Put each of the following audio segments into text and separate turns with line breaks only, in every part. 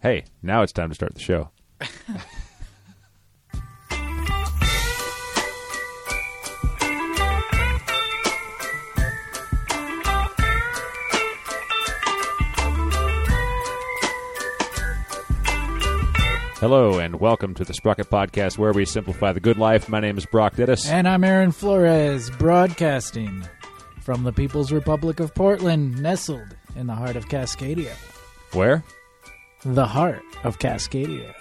Hey, now it's time to start the show. Hello and welcome to the Sprocket Podcast, where we simplify the good life. My name is Brock Dittus.
And I'm Aaron Flores, broadcasting from the People's Republic of Portland, nestled in the heart of Cascadia.
Where?
The heart of Cascadia.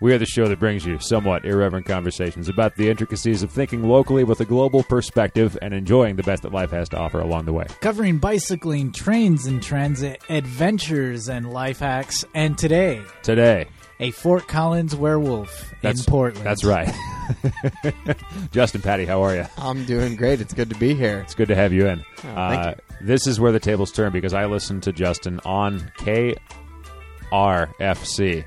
We are the show that brings you somewhat irreverent conversations about the intricacies of thinking locally with a global perspective and enjoying the best that life has to offer along the way.
Covering bicycling, trains and transit, adventures and life hacks, and today,
Today,
a Fort Collins werewolf
that's
in Portland.
That's right. Justin, Patty, how are you?
I'm doing great. It's good to be here.
It's good to have you in. uh,
thank
This is where the tables turn because I listened to Justin on KRFC.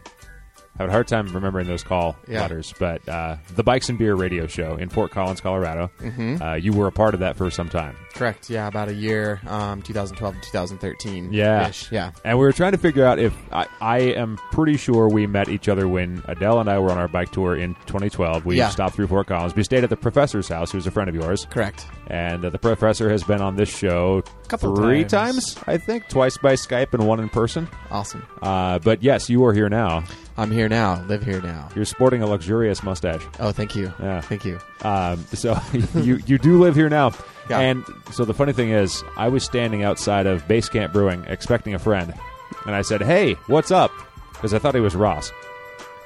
I had a hard time remembering those call
Yeah.
letters, but uh, the Bikes and Beer radio show in Fort Collins, Colorado. Mm-hmm. Uh, you were a part of that for some time.
Correct. Yeah, about a year, um, 2012 to 2013.
Yeah.
ish. Yeah.
And we were trying to figure out if I, I am pretty sure we met each other when Adele and I were on our bike tour in 2012. We
Yeah.
stopped through Fort Collins. We stayed at the professor's house, who's a friend of yours.
Correct.
And uh, the professor has been on this show
Couple
three
times.
I think, twice by Skype and one in person.
Awesome.
Uh, but yes, you are here now.
I'm here now. Live here now.
You're sporting a luxurious mustache.
Oh, thank you.
Yeah.
Thank you.
Um, so you you do live here now.
Yeah.
And so the funny thing is, I was standing outside of Base Camp Brewing expecting a friend, and I said, "Hey, what's up?" Because I thought he was Ross.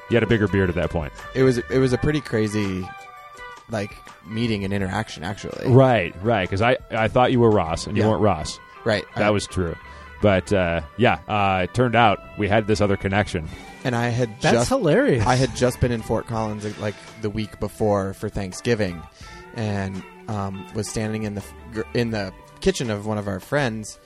He had a bigger beard at that point.
It was it was a pretty crazy like meeting and interaction actually.
Right, right. Because I I thought you were Ross, and you
Yeah. Uh-huh.
weren't Ross.
Right.
That
I-
was true. But uh, yeah, uh, it turned out we had this other connection.
and I had
That's
just
hilarious.
I had just been in Fort Collins like the week before for Thanksgiving, and um, was standing in the in the kitchen of one of our friends,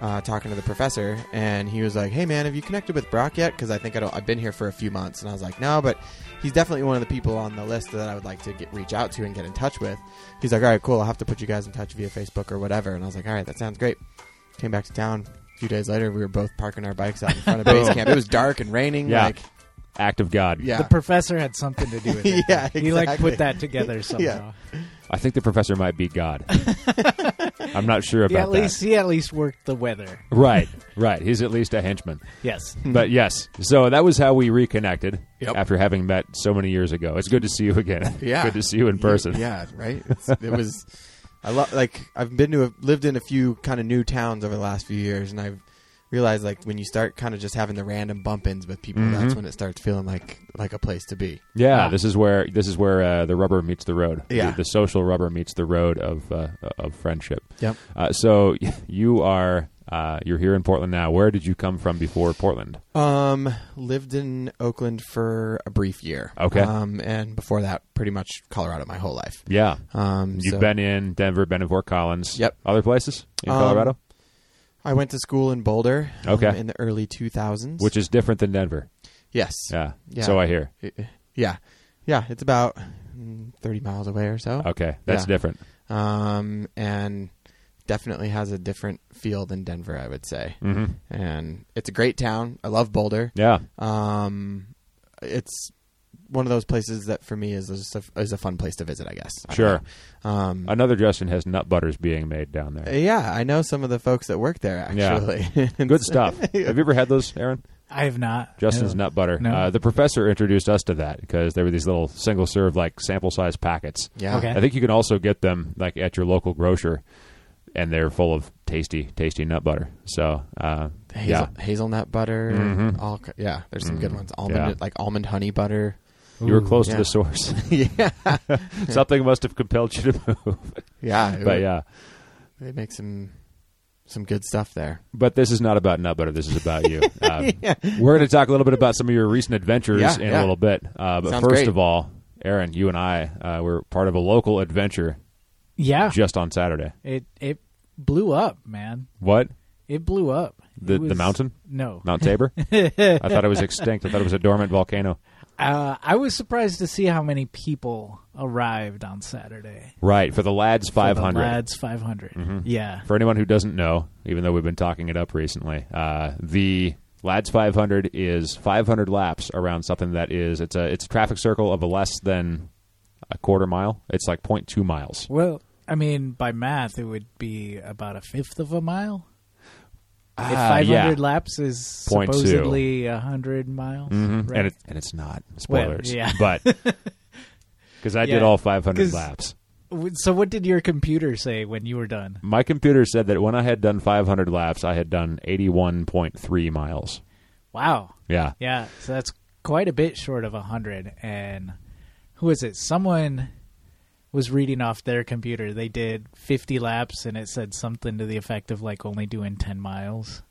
uh, talking to the professor, and he was like, "Hey man, have you connected with Brock yet? Because I think I don't, I've been here for a few months." And I was like, "No, but he's definitely one of the people on the list that I would like to get reach out to and get in touch with." He's like, "All right, cool. I'll have to put you guys in touch via Facebook or whatever." And I was like, "All right, that sounds great." Came back to town. A few days later, we were both parking our bikes out in front of base camp. It was dark and raining.
Yeah.
Like,
Act of God.
yeah.
the professor had something to do with it.
Yeah,
He like
exactly.
put that together somehow.
Yeah.
I think the professor might be God. I'm not sure about
He at
that.
least he at least worked the weather.
Right, right. He's at least a henchman.
Yes.
But yes, so that was how we reconnected
Yep.
after having met so many years ago. It's good to see you again.
Yeah.
good to see you in person.
Yeah, right. It's, it was. I love like I've been to a, lived in a few kind of new towns over the last few years, and I've realized like when you start kind of just having the random bump ins with people,
Mm-hmm.
that's when it starts feeling like like a place to be.
Yeah,
Ah.
this is where this is where uh, the rubber meets the road.
Yeah.
the, the social rubber meets the road of uh, of friendship.
Yep.
Uh, so you are uh, you're here in Portland now. Where did you come from before Portland?
Um, lived in Oakland for a brief year.
Okay.
Um, and before that, pretty much Colorado my whole life.
Yeah,
Um,
you've
so
been in Denver, been in Fort Collins.
Yep.
Other places in
Um,
Colorado,
I went to school in Boulder. um,
Okay.
in the early two thousands.
which is different than Denver.
yes.
Yeah.
Yeah.
So I hear.
Yeah. Yeah. It's about mm, thirty miles away or so.
Okay, that's
Yeah.
different.
um, and definitely has a different feel than Denver, I would say.
hmm
And it's a great town. I love Boulder.
Yeah.
Um, it's one of those places that for me is just a, is a fun place to visit. I guess. I don't
Sure.
know. Um,
Another Justin has nut butters being made down there.
yeah, I know some of the folks that work there
Yeah.
actually.
Good stuff. Have you ever had those, Aaron?
I have not.
Justin's
No.
nut butter.
No.
Uh, the professor introduced us to that because they were these little single serve, like sample size packets.
yeah.
Okay.
I think you can also get them like at your local grocer, and they're full of tasty, tasty nut butter. So, uh,
Hazel, Hazelnut butter.
Mhm.
All ki- yeah. There's some good ones. Almond
Mm-hmm. Yeah.
like almond honey butter.
yeah, you were
Ooh,
close to
yeah.
the source.
yeah.
Something must have compelled you to move.
Yeah. it
but
would-
yeah,
They make some some good stuff there.
but this is not about nut butter. This is about you. Um, We're going to talk a little bit about some of your recent adventures
Yeah,
in a
yeah.
little bit. Uh, but
Sounds
first
great.
of all, Aaron, you and I uh, were part of a local adventure
Yeah.
just on Saturday.
It it blew up, man.
What?
It blew up.
The-
It
the mountain?
No.
Mount Tabor? I thought it was extinct. I thought it was a dormant volcano.
Uh, I was surprised to see how many people arrived on Saturday.
Right, for the lads
for the
500.
lads, five Yeah.
Mm-hmm. For anyone who doesn't know, even though we've been talking it up recently, uh, the Lads 500 is 500 laps around something that is it's a it's a traffic circle of a less than a quarter mile. It's like 0.2 miles.
Well, I mean, by math, it would be about a fifth of a mile. if
Ah,
500
yeah.
laps is
Point two.
supposedly a 100 miles,
Mhm.
right?
And it, and it's not spoilers,
yeah.
but because I did
Yeah.
all 500
'Cause-
laps.
W- so, what did your computer say when you were done?
My computer said that when I had done 500 laps, I had done 81.3 miles.
Wow.
Yeah,
Yeah, so that's quite a bit short of 100. And who is it? Someone was reading off their computer. They did 50 laps, and it said something to the effect of like only doing 10 miles.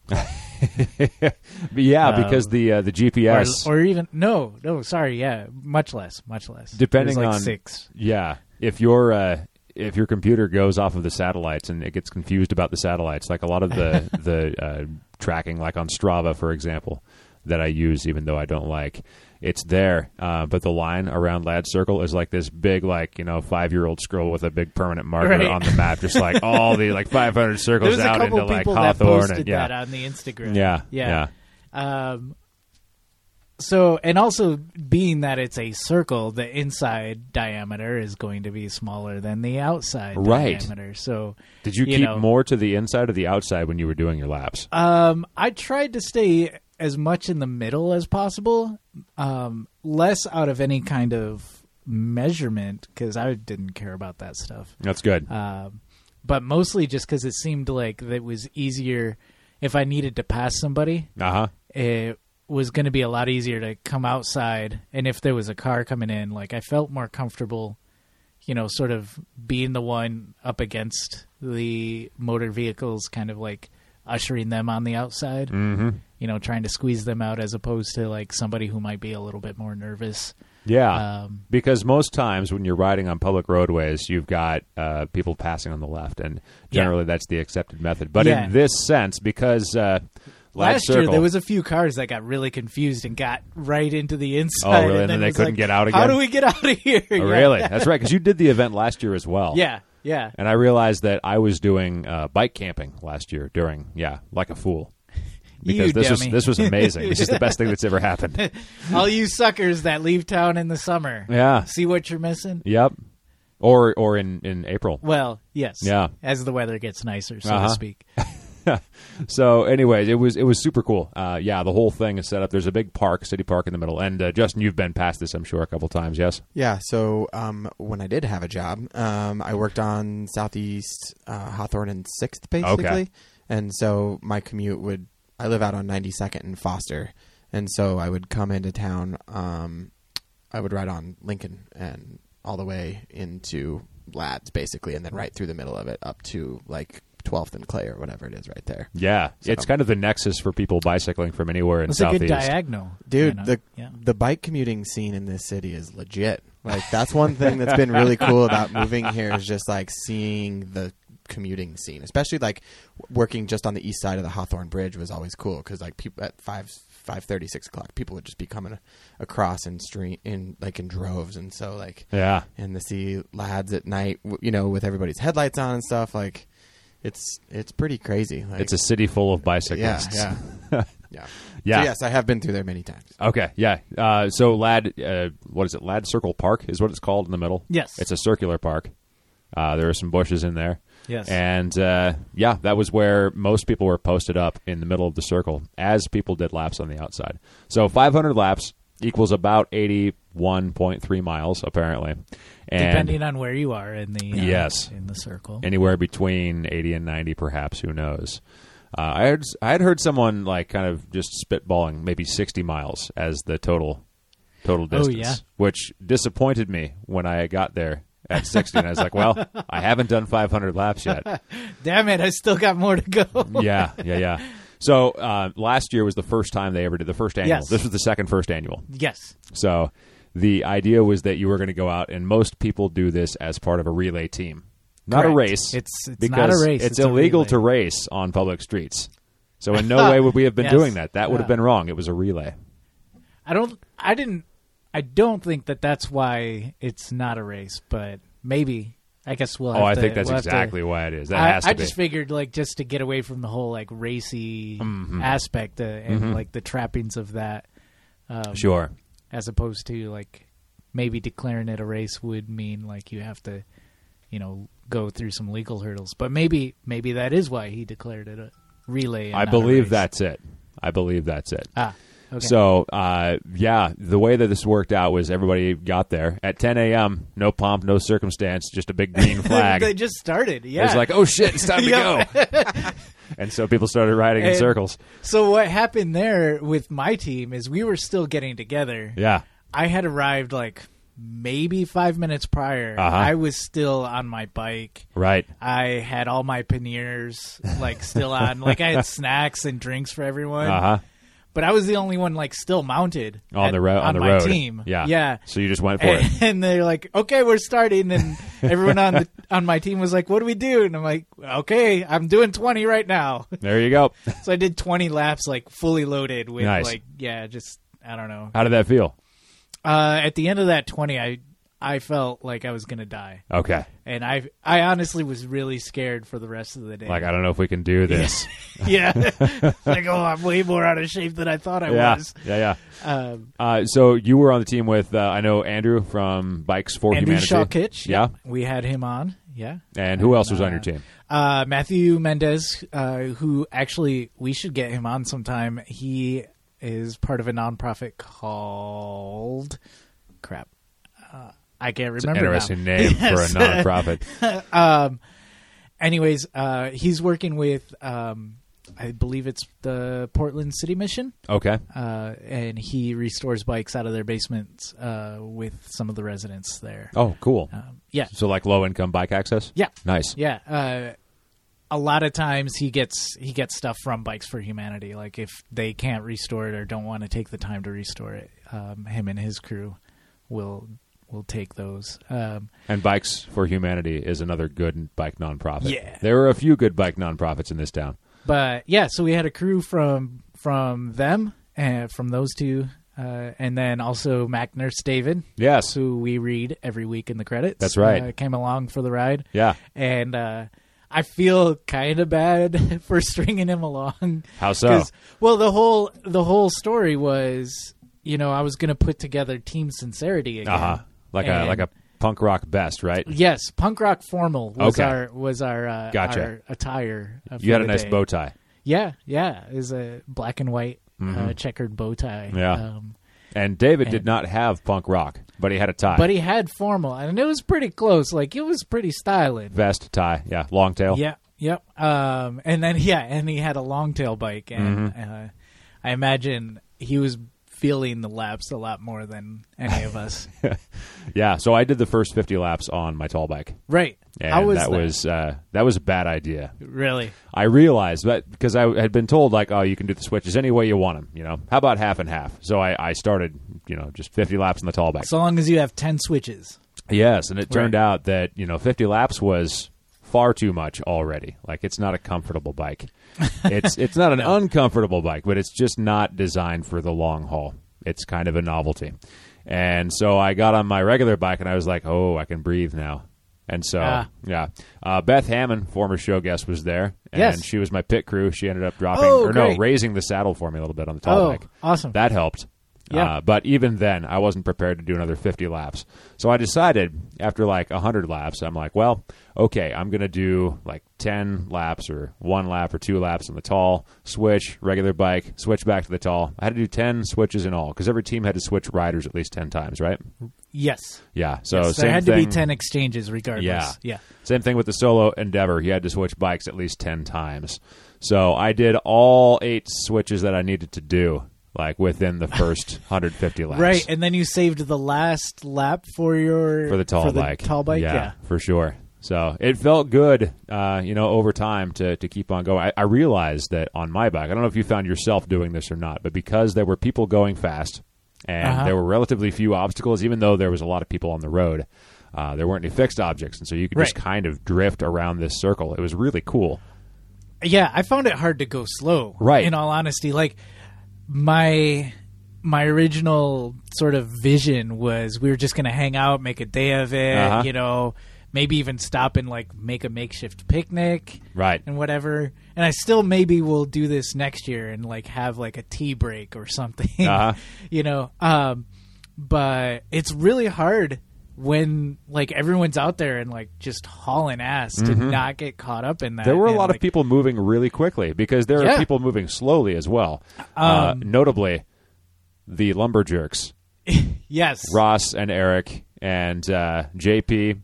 But yeah,
Um,
because the uh, the GPS,
Or, or even, no, no, sorry, yeah, much less, much less. It
Depending
was like
on-
six.
yeah, if your uh, if your computer goes off of the satellites and it gets confused about the satellites, like a lot of the the uh, tracking, like on Strava, for example, that I use, even though I don't like, it's there. Uh, but the line around Lad Circle is like this big, like you know, five year old scroll with a big permanent marker
Right.
on the map, just like all the like 500 circles
There's a
out
couple
into like
people that
Hawthorne
posted
and yeah.
that on the Instagram.
yeah,
yeah. Um, so, and also being that it's a circle, the inside diameter is going to be smaller than the outside
Right.
diameter. So,
Did you,
You
keep
know.
more to the inside or the outside when you were doing your laps?
um, I tried to stay as much in the middle as possible, um, less out of any kind of measurement because I didn't care about that stuff.
That's good.
um, but mostly just because it seemed like that was easier if I needed to pass somebody.
Uh huh.
It was going to be a lot easier to come outside, and if there was a car coming in, like I felt more comfortable, you know, sort of being the one up against the motor vehicles, kind of like ushering them on the outside.
hmm
You know, trying to squeeze them out as opposed to like somebody who might be a little bit more nervous.
Yeah.
Um,
because most times when you're riding on public roadways, you've got uh, people passing on the left, and
Yeah.
generally that's the accepted method. But
Yeah.
in this sense, because uh,
Last
circle,
year, there was a few cars that got really confused and got right into the inside.
Oh, really? And then they
was
couldn't
like,
get out
How
again?
do we get out of here?
Oh,
Yeah.
really that's right because you did the event last year as well.
Yeah, yeah.
And I realized that I was doing uh, bike camping last year during yeah, like a fool. Because
You
this was
dummy.
this was amazing. this is the best thing that's ever happened.
All you suckers that leave town in the summer.
Yeah.
See what you're missing?
Yep. Or or in in April.
Well, yes.
Yeah.
As the weather gets nicer, so
Uh-huh.
to speak.
So, anyways, it was it was super cool. Uh, yeah, the whole thing is set up. There's a big park, city park in the middle. And uh, Justin, you've been past this, I'm sure, a couple times. Yes.
Yeah, so um, when I did have a job, um, I worked on Southeast uh, Hawthorne and Sixth, basically. And so my commute would I live out on 92nd and Foster, and so I would come into town. Um, I would ride on Lincoln and all the way into Lads, basically, and then right through the middle of it up to like 12th and Clay or whatever it is right there.
Yeah,
So-
it's kind of the nexus for people bicycling from anywhere in
That's a
southeast.
good diagonal.
Dude,
you know?
the
yeah.
the bike commuting scene in this city is legit. Like that's one thing that's been really cool about moving here is just like seeing the commuting scene, especially like w- working just on the east side of the Hawthorne Bridge was always cool because like people at five five thirty six o'clock people would just be coming across in street in like in droves, and so like
yeah,
and to see lads at night, w- you know, with everybody's headlights on and stuff, like it's it's pretty crazy. Like,
it's a city full of
yeah
bicyclists.
yeah yeah.
Yeah.
So, yes, I have been through there many times.
Okay, yeah. Uh, so, Lad, uh, what is it? Lad Circle Park is what it's called in the middle.
Yes.
it's a circular park. Uh, there are some bushes in there.
Yes.
And uh, yeah, that was where most people were posted up in the middle of the circle as people did laps on the outside. So 500 laps equals about 81.3 miles, apparently. And
Depending on where you are in the uh,
Yes.
in the circle.
anywhere between 80 and 90, perhaps, who knows. Uh, I, had, I had heard someone like kind of just spitballing maybe 60 miles as the total total
Oh,
distance,
yeah.
which disappointed me when I got there at 60. and I was like, well, I haven't done 500 laps yet.
Damn it, I still got more to go.
yeah, yeah, yeah. So uh, last year was the first time they ever did the first annual.
Yes.
This was the second first annual.
yes.
So the idea was that you were going to go out, and most people do this as part of a relay team, not a
Correct.
race.
It's- it's
because
not a race,
It's,
it's a
illegal
relay.
to race on public streets. So in no way would we have been
Yes.
doing that. That would have
Yeah.
been wrong. It was a relay.
I don't. I didn't. I don't think that that's why it's not a race, but maybe. I guess we'll.
Oh,
have
I
to-
think that's
we'll have to-
exactly why it is. That
I,
has to
I
be.
just figured like just to get away from the whole like racy
Mhm.
aspect uh, and
Mhm.
like the trappings of that, um,
sure.
as opposed to like maybe declaring it a race would mean like you have to, you know, go through some legal hurdles. But maybe maybe that is why he declared it a relay. and
I
not a
believe
race.
that's it. I believe that's it.
Ah, okay.
So, uh, yeah, the way that this worked out was everybody got there at 10 a.m. No pomp, no circumstance, just a big green flag.
they just started. Yeah.
It was like, oh shit, it's time to
Yep.
go. and so people started riding in
And-
circles.
so what happened there with my team is we were still getting together.
Yeah.
I had arrived like maybe five minutes prior.
Uh-huh.
I was still on my bike.
Right.
I had all my panniers like still on. like I had snacks and drinks for everyone.
Uh huh.
But I was the only one like still mounted
On
at-
the road. On, the
my
road.
team.
Yeah.
yeah.
So you just went for it.
And, and they're like, "Okay, we're starting." And everyone on the on my team was like, "What do we do?" And I'm like, "Okay, I'm doing 20 right now."
There you go.
So I did 20 laps, like fully loaded with
Nice.
like, yeah, just I don't know.
How did that feel?
Uh, at the end of that 20, I I felt like I was gonna die,
Okay.
and I I honestly was really scared for the rest of the day.
Like, I don't know if we can do this.
yeah, like oh, I'm way more out of shape than I thought I
yeah.
was.
Yeah. Yeah.
Um,
Uh, so you were on the team with, uh, I know Andrew from Bikes for
Andrew
Humanity.
Shaw Kitch,
Yeah.
we had him on. Yeah,
And who else was on
Uh,
your team?
uh, Matthew Mendez, uh, who actually we should get him on sometime. He is part of a nonprofit called crap. Uh, I can't
It's an
remember. now.
interesting name
Yes.
for a nonprofit.
um, anyways, uh, he's working with, um, I believe it's the Portland City Mission,
Okay.
uh, and he restores bikes out of their basements uh, with some of the residents there.
Oh, cool.
Um, yeah,
So like low income bike access?
yeah,
Nice.
yeah. Uh, a lot of times he gets he gets stuff from Bikes for Humanity. Like if they can't restore it or don't want to take the time to restore it, um, him and his crew will will take those. Um,
And Bikes for Humanity is another good bike nonprofit.
Yeah.
There are a few good bike nonprofits in this town.
but yeah, so we had a crew from from them uh, from those two, uh, and then also Mac Nurse David,
Yes.
who we read every week in the credits.
That's right.
Uh, came along for the ride,
Yeah.
and uh, I feel kind of bad for stringing him along.
How so?
'Cause- well, the whole the whole story was, you know, I was going to put together Team Sincerity again.
Uh huh. Like a
And-
like a punk rock best, right?
Yes, punk rock formal was
Okay.
our was our uh,
Gotcha.
our attire. uh,
You had
for
a
the
nice
day.
bow tie.
Yeah, yeah. It was a black and white uh, checkered bow tie.
Mm-hmm. Yeah.
Um,
And David did
And-
not have punk rock, but he had a tie.
but he had formal, and it was pretty close. Like, it was pretty styling.
Vest, tie, yeah, long tail.
Yeah, yep. Um, and then, yeah, and he had a longtail bike. And
Mm-hmm.
uh, I imagine he was feeling the laps a lot more than any of us.
Yeah, so I did the first 50 laps on my tall bike.
right.
And
How was
that was uh, that was a bad idea.
Really?
I realized that because I had been told like, oh, you can do the switches any way you want them. You know, how about half and half? So I, I started, you know, just 50 laps on the tall bike.
So long as you have 10 switches.
yes, and it turned
Right.
out that you know 50 laps was far too much already. Like it's not a comfortable bike. It's it's not an uncomfortable bike, but it's just not designed for the long haul. It's kind of a novelty. And so I got on my regular bike and I was like, "Oh, I can breathe now." And so,
Ah.
yeah. Uh, Beth Hammond, former show guest, was there, and
Yes.
she was my pit crew. She ended up dropping,
Oh,
or no,
great.
raising the saddle for me a little bit on the tall
oh,
bike.
awesome.
That helped.
Yeah.
Uh, but even then, I wasn't prepared to do another 50 laps. So I decided after like 100 laps, I'm like, well, okay, I'm going to do like 10 laps or one lap or two laps on the tall, switch, regular bike, switch back to the tall. I had to do 10 switches in all because every team had to switch riders at least 10 times, right?
yes.
Yeah. So
yes,
Oh, same
there had to
thing,
be 10 exchanges regardless.
Yeah.
Yeah.
Same thing with the solo endeavor. You had to switch bikes at least 10 times. So I did all eight switches that I needed to do like within the first 150 laps.
Right, and then you saved the last lap for your
for the tall bike.
Tall bike, yeah.
for sure. So it felt good, uh, you know, over time to, to keep on going. I, I realized that on my bike, I don't know if you found yourself doing this or not, but because there were people going fast and
Uh-huh.
there were relatively few obstacles, even though there was a lot of people on the road, uh, there weren't any fixed objects, and so you could just
Right.
kind of drift around this circle. It was really cool.
Yeah, I found it hard to go slow.
Right.
In all honesty, like my my original sort of vision was we were just going to hang out, make a day of it,
Uh-huh.
you know, maybe even stop and like make a makeshift picnic
Right.
and whatever. And I still maybe will do this next year and like have like a tea break or something,
Uh-huh.
you know. Um, but it's really hard when like everyone's out there and like just hauling ass to not get caught up in that.
Mm-hmm. There were a
And,
lot
like,
of people moving really quickly because there
Yeah. Um,
are people moving slowly as well. uh, notably, the lumberjerks,
Yes,
Ross and Eric and uh, JP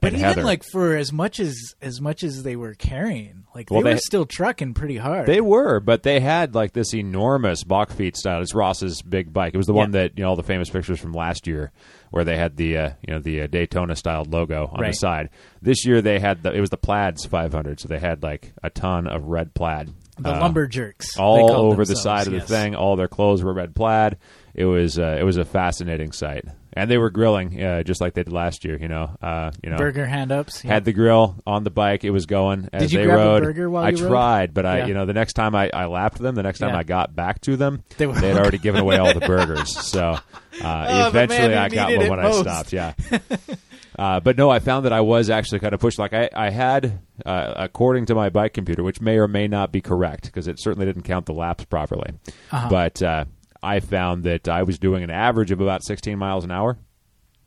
but
and
even
Heather.
like for as much as as much as they were carrying, like
Well,
they,
they-
were still trucking pretty hard.
They were, but they had like this enormous Bach feet style. It's Ross's big bike. It was the one that you know all the famous pictures from last year, where they had the uh, you know the uh, Daytona styled logo on the
Right.
side. This year they had the it was the Plaid's 500, so they had like a ton of red plaid.
the
uh,
lumberjerks they
all
called
over the
themselves,
side of the
yes.
thing. All their clothes were red plaid. It was uh, it was a fascinating sight, and they were grilling uh, just like they did last year. You know, uh, you know,
Burger hand ups. yeah.
had the grill on the bike. It was going as
Did you
they
grab a
rode.
burger while
I
you rode?
tried, but I
Yeah.
you know the next time I, I lapped them, the next time
Yeah.
I got back to them, they
They were
had already given away all the burgers. So uh,
Oh, the man
eventually,
who
I got
needed
one
it
when
most.
I stopped. Yeah. Uh, but no, I found that I was actually kind of pushed. Like I, I had, uh, according to my bike computer, which may or may not be correct because it certainly didn't count the laps properly.
Uh-huh.
But uh, I found that I was doing an average of about 16 miles an hour.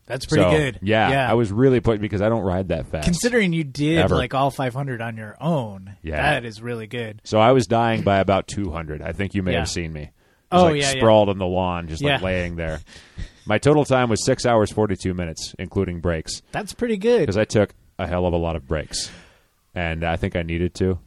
That's pretty
So,
good.
Yeah, I was really pushed because I don't ride that fast.
Considering you did
Ever.
like all 500 on your own,
Yeah.
that is really good.
So I was dying by about 200. I think you may
Yeah.
have seen me. I was
Oh,
like
yeah, yeah.
sprawled on the lawn, just like
Yeah.
laying there. My total time was six hours 42 minutes, including breaks,
That's pretty good.
because I took a hell of a lot of breaks. And I think I needed to.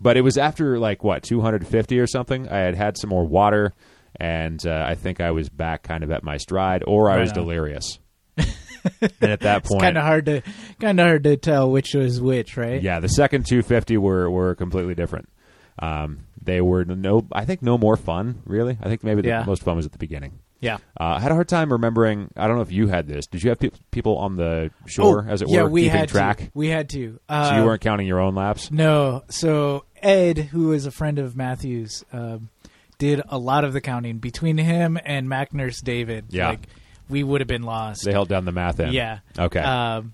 But it was after, like, what, 250 or something? I had had some more water, and uh, I think I was back kind of at my stride, or I
Right
was
on.
delirious. and at that point,
Kind of hard to kind of hard to tell which was which, right?
yeah, the second 250 were were completely different. Um, they were no, I think no more fun really. I think maybe the
Yeah.
most fun was at the beginning.
Yeah.
Uh, I had a hard time remembering. I don't know if you had this. Did you have peop people on the shore,
Oh,
as it
yeah,
were,
we
keeping
had
track?
To. We had to.
So
Uh,
you weren't counting your own laps.
No. So Ed, who is a friend of Matthews, um, did a lot of the counting between him and Mac Nurse David.
Yeah.
Like we would have been lost.
They held down the math end.
Yeah.
Okay.
Um,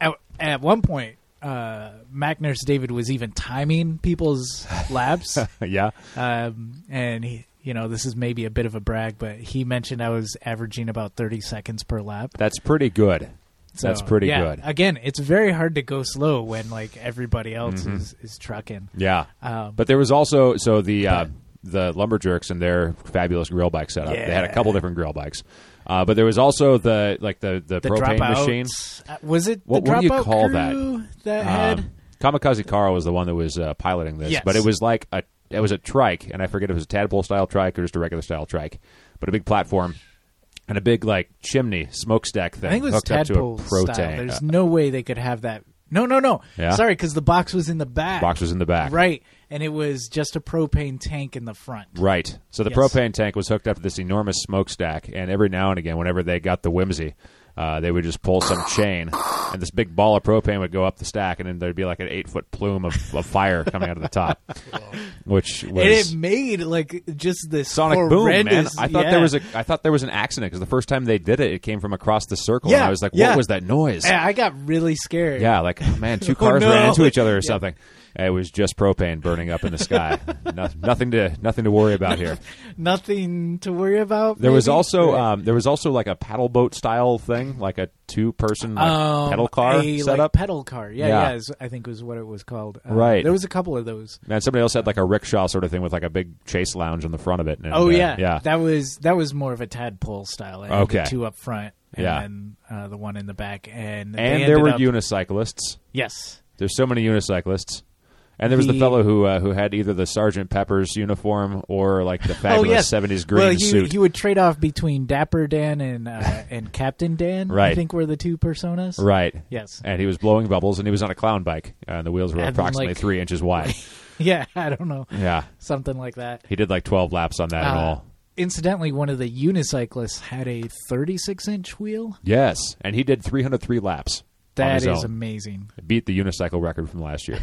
at, at one point, uh, Mac Nurse David was even timing people's laps.
yeah.
um, and he, you know, this is maybe a bit of a brag, but he mentioned I was averaging about 30 seconds per lap.
That's pretty good.
So,
That's pretty
yeah.
good.
Again, it's very hard to go slow when like everybody else
Mm-hmm.
is, is trucking.
Yeah.
Um,
But there was also so the uh, the lumberjerks and their fabulous grill bike setup. They had a
Yeah.
couple different grill bikes. Uh, but there was also the like the the,
the
propane
dropouts.
machine.
Uh, was it
What-
the
what do you
dropout
call that?
crew that? had
Um, Kamikaze Carl was the one that was uh, piloting this,
Yes.
but it was like a it was a trike, and I forget if it was a tadpole style trike or just a regular style trike, but a big platform and a big like chimney smokestack thing
I think it was
hooked up
tadpole
to a propane.
style. There's
Uh,
no way they could have that. No, no, no.
Yeah?
Sorry, because the box was in the back.
box was in the back,
right, and it was just a propane tank in the front.
Right. So the
Yes.
propane tank was hooked up to this enormous smokestack, and every now and again, whenever they got the whimsy, uh, they would just pull some chain, and this big ball of propane would go up the stack, and then there'd be like an eight foot plume of, of fire coming out of the top, which was
And it made like just this
sonic boom, man.
horrendous-
I thought
yeah.
there was a I thought there was an accident because the first time they did it, it came from across the circle, and
Yeah,
I was like, "What
yeah.
was that noise?"
Yeah, I got really scared.
Yeah, like oh, man, two
Oh,
cars
no.
ran into each other or something. It was just propane burning up in the sky. no, nothing to nothing to worry about here.
nothing to worry about.
There was
maybe?
also
Right.
um, there was also like a paddle boat style thing, like a two person like,
Um,
pedal car
a, like,
setup.
pedal car. Yeah,
Yeah.
yeah. is- I think was what it was called. Uh,
Right.
There was a couple of those.
Man, somebody else had like a rickshaw sort of thing with like a big chase lounge on the front of it. And,
Oh
uh,
yeah,
yeah.
That was that was more of a tadpole style. I had
Okay.
the two up front, and
Yeah.
then uh, the one in the back, and
and
they ended
there were
up-
unicyclists.
yes,
There's so many unicyclists. And there was the,
The-
fellow who uh, who had either the Sergeant Pepper's uniform or like the
oh
fabulous
yes,
70s green
well, he,
suit.
He would trade off between Dapper Dan and uh, and Captain Dan. I
Right.
think were the two personas.
right.
Yes.
And he was blowing bubbles and he was on a clown bike uh, and the wheels were
And,
approximately
like-
3 inches wide.
Yeah, I don't know,
yeah.
something like that.
He did like 12 laps on that and
Uh,
all.
Incidentally, one of the unicyclists had a 36 inch wheel.
Yes, and he did 303 laps. on
That
his
is
own.
amazing.
beat the unicycle record from last year.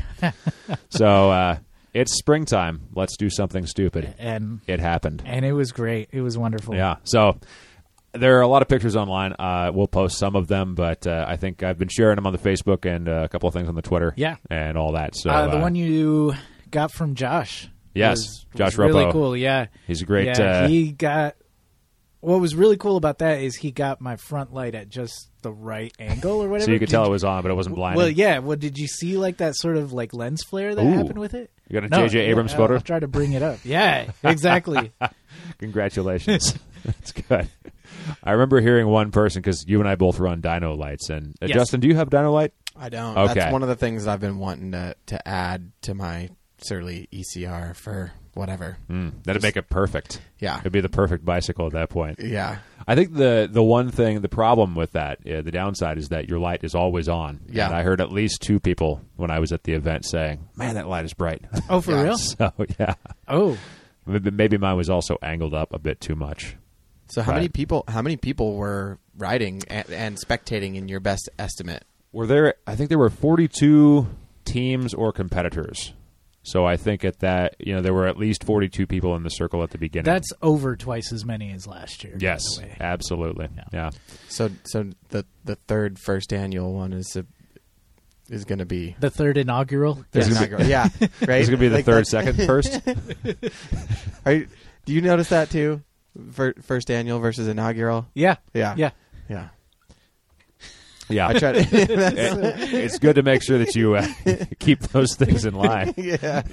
so uh, it's springtime. Let's do something stupid.
And
It happened.
and it was great. It was wonderful.
Yeah. So there are a lot of pictures online. Uh, we'll post some of them, but uh, I think I've been sharing them on the Facebook and uh, a couple of things on the Twitter.
Yeah.
and all that. So
uh, the one you got from Josh.
Yes,
was- was
Josh
Really
Roppo.
cool. Yeah,
he's a great.
Yeah,
uh,
he got. What was really cool about that is he got my front light at just the right angle or whatever.
so you could
Did
tell it was on, but it wasn't blind.
Well, yeah. Well, did you see like that sort of like lens flare that
Ooh.
happened with it?
You got a
No,
J.J. Abrams
yeah, I'll
photo.
try to bring it up. Yeah, exactly.
Congratulations. That's good. I remember hearing one person because you and I both run Dino Lights, and uh,
Yes.
Justin, do you have Dino Light?
I don't.
Okay.
That's one of the things I've been wanting to, to add to my surly ECR for whatever.
Mm, that'd make it perfect.
Yeah.
It'd be the perfect bicycle at that point.
Yeah.
I think the the one thing, the problem with that, uh, the downside is that your light is always on.
Yeah.
And I heard at least two people when I was at the event saying, "Man, that light is bright."
Oh, for
Yeah.
real?
so yeah,
Oh,
maybe, maybe mine was also angled up a bit too much.
So how
Right.
many people? How many people were riding and, and spectating in your best estimate?
Were there? I think there were forty two teams or competitors. So I think at that, you know, there were at least forty two people in the circle at the beginning.
that's over twice as many as last year. by
yes,
the way.
absolutely.
Yeah.
yeah.
So so the the third first annual one is a, is going to be.
The third inaugural.
There's
Yes.
gonna
Inaugural- yeah, right.
It's gonna be the
Like
third,
that-
second, first.
Are you, do you notice that too? Fir- First annual versus inaugural.
Yeah.
Yeah,
Yeah.
yeah.
Yeah,
I tried. to,
It- it's good to make sure that you uh, keep those things in line.
yeah,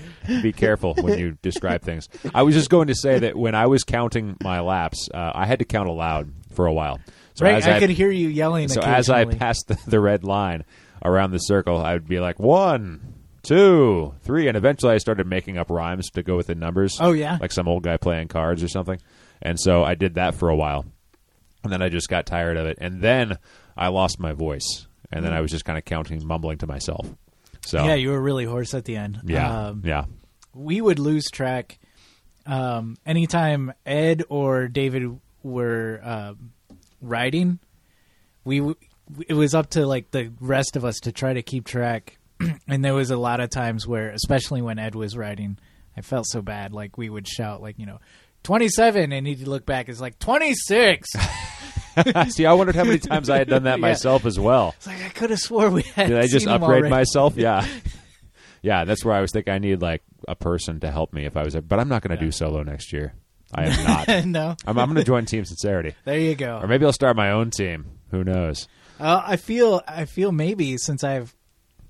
Be careful when you describe things. I was just going to say that when I was counting my laps, uh, I had to count aloud for a while. So
right.
as
I, could hear you yelling.
so as I
occasionally.
passed the, the red line around the circle, I would be like one, two, three, and eventually I started making up rhymes to go with the numbers.
Oh, yeah?
like some old guy playing cards or something. And so I did that for a while, and then I just got tired of it, and then I lost my voice, and then I was just kind of counting, mumbling to myself. So
Mm. Yeah, you were really hoarse at the end.
yeah,
Um,
yeah.
we would lose track um, anytime Ed or David were um riding. We w- it was up to like the rest of us to try to keep track, and there was a lot of times where, especially when Ed was riding, I felt so bad. Like we would shout like you know. 27 and he'd look back it's like 26 it's
See, I wondered how many times I had done that
Yeah.
myself as well.
like i could have swore we had
Did I just
seen him
upgrade
already.
myself? Yeah. Yeah, that's where I was thinking I need like a person to help me if I was, but I'm not going to do solo next year. I am not.
no
I'm, I'm going to join Team Sincerity,
there you go
or maybe I'll start my own team. Who knows?
Uh, I feel I feel maybe since I've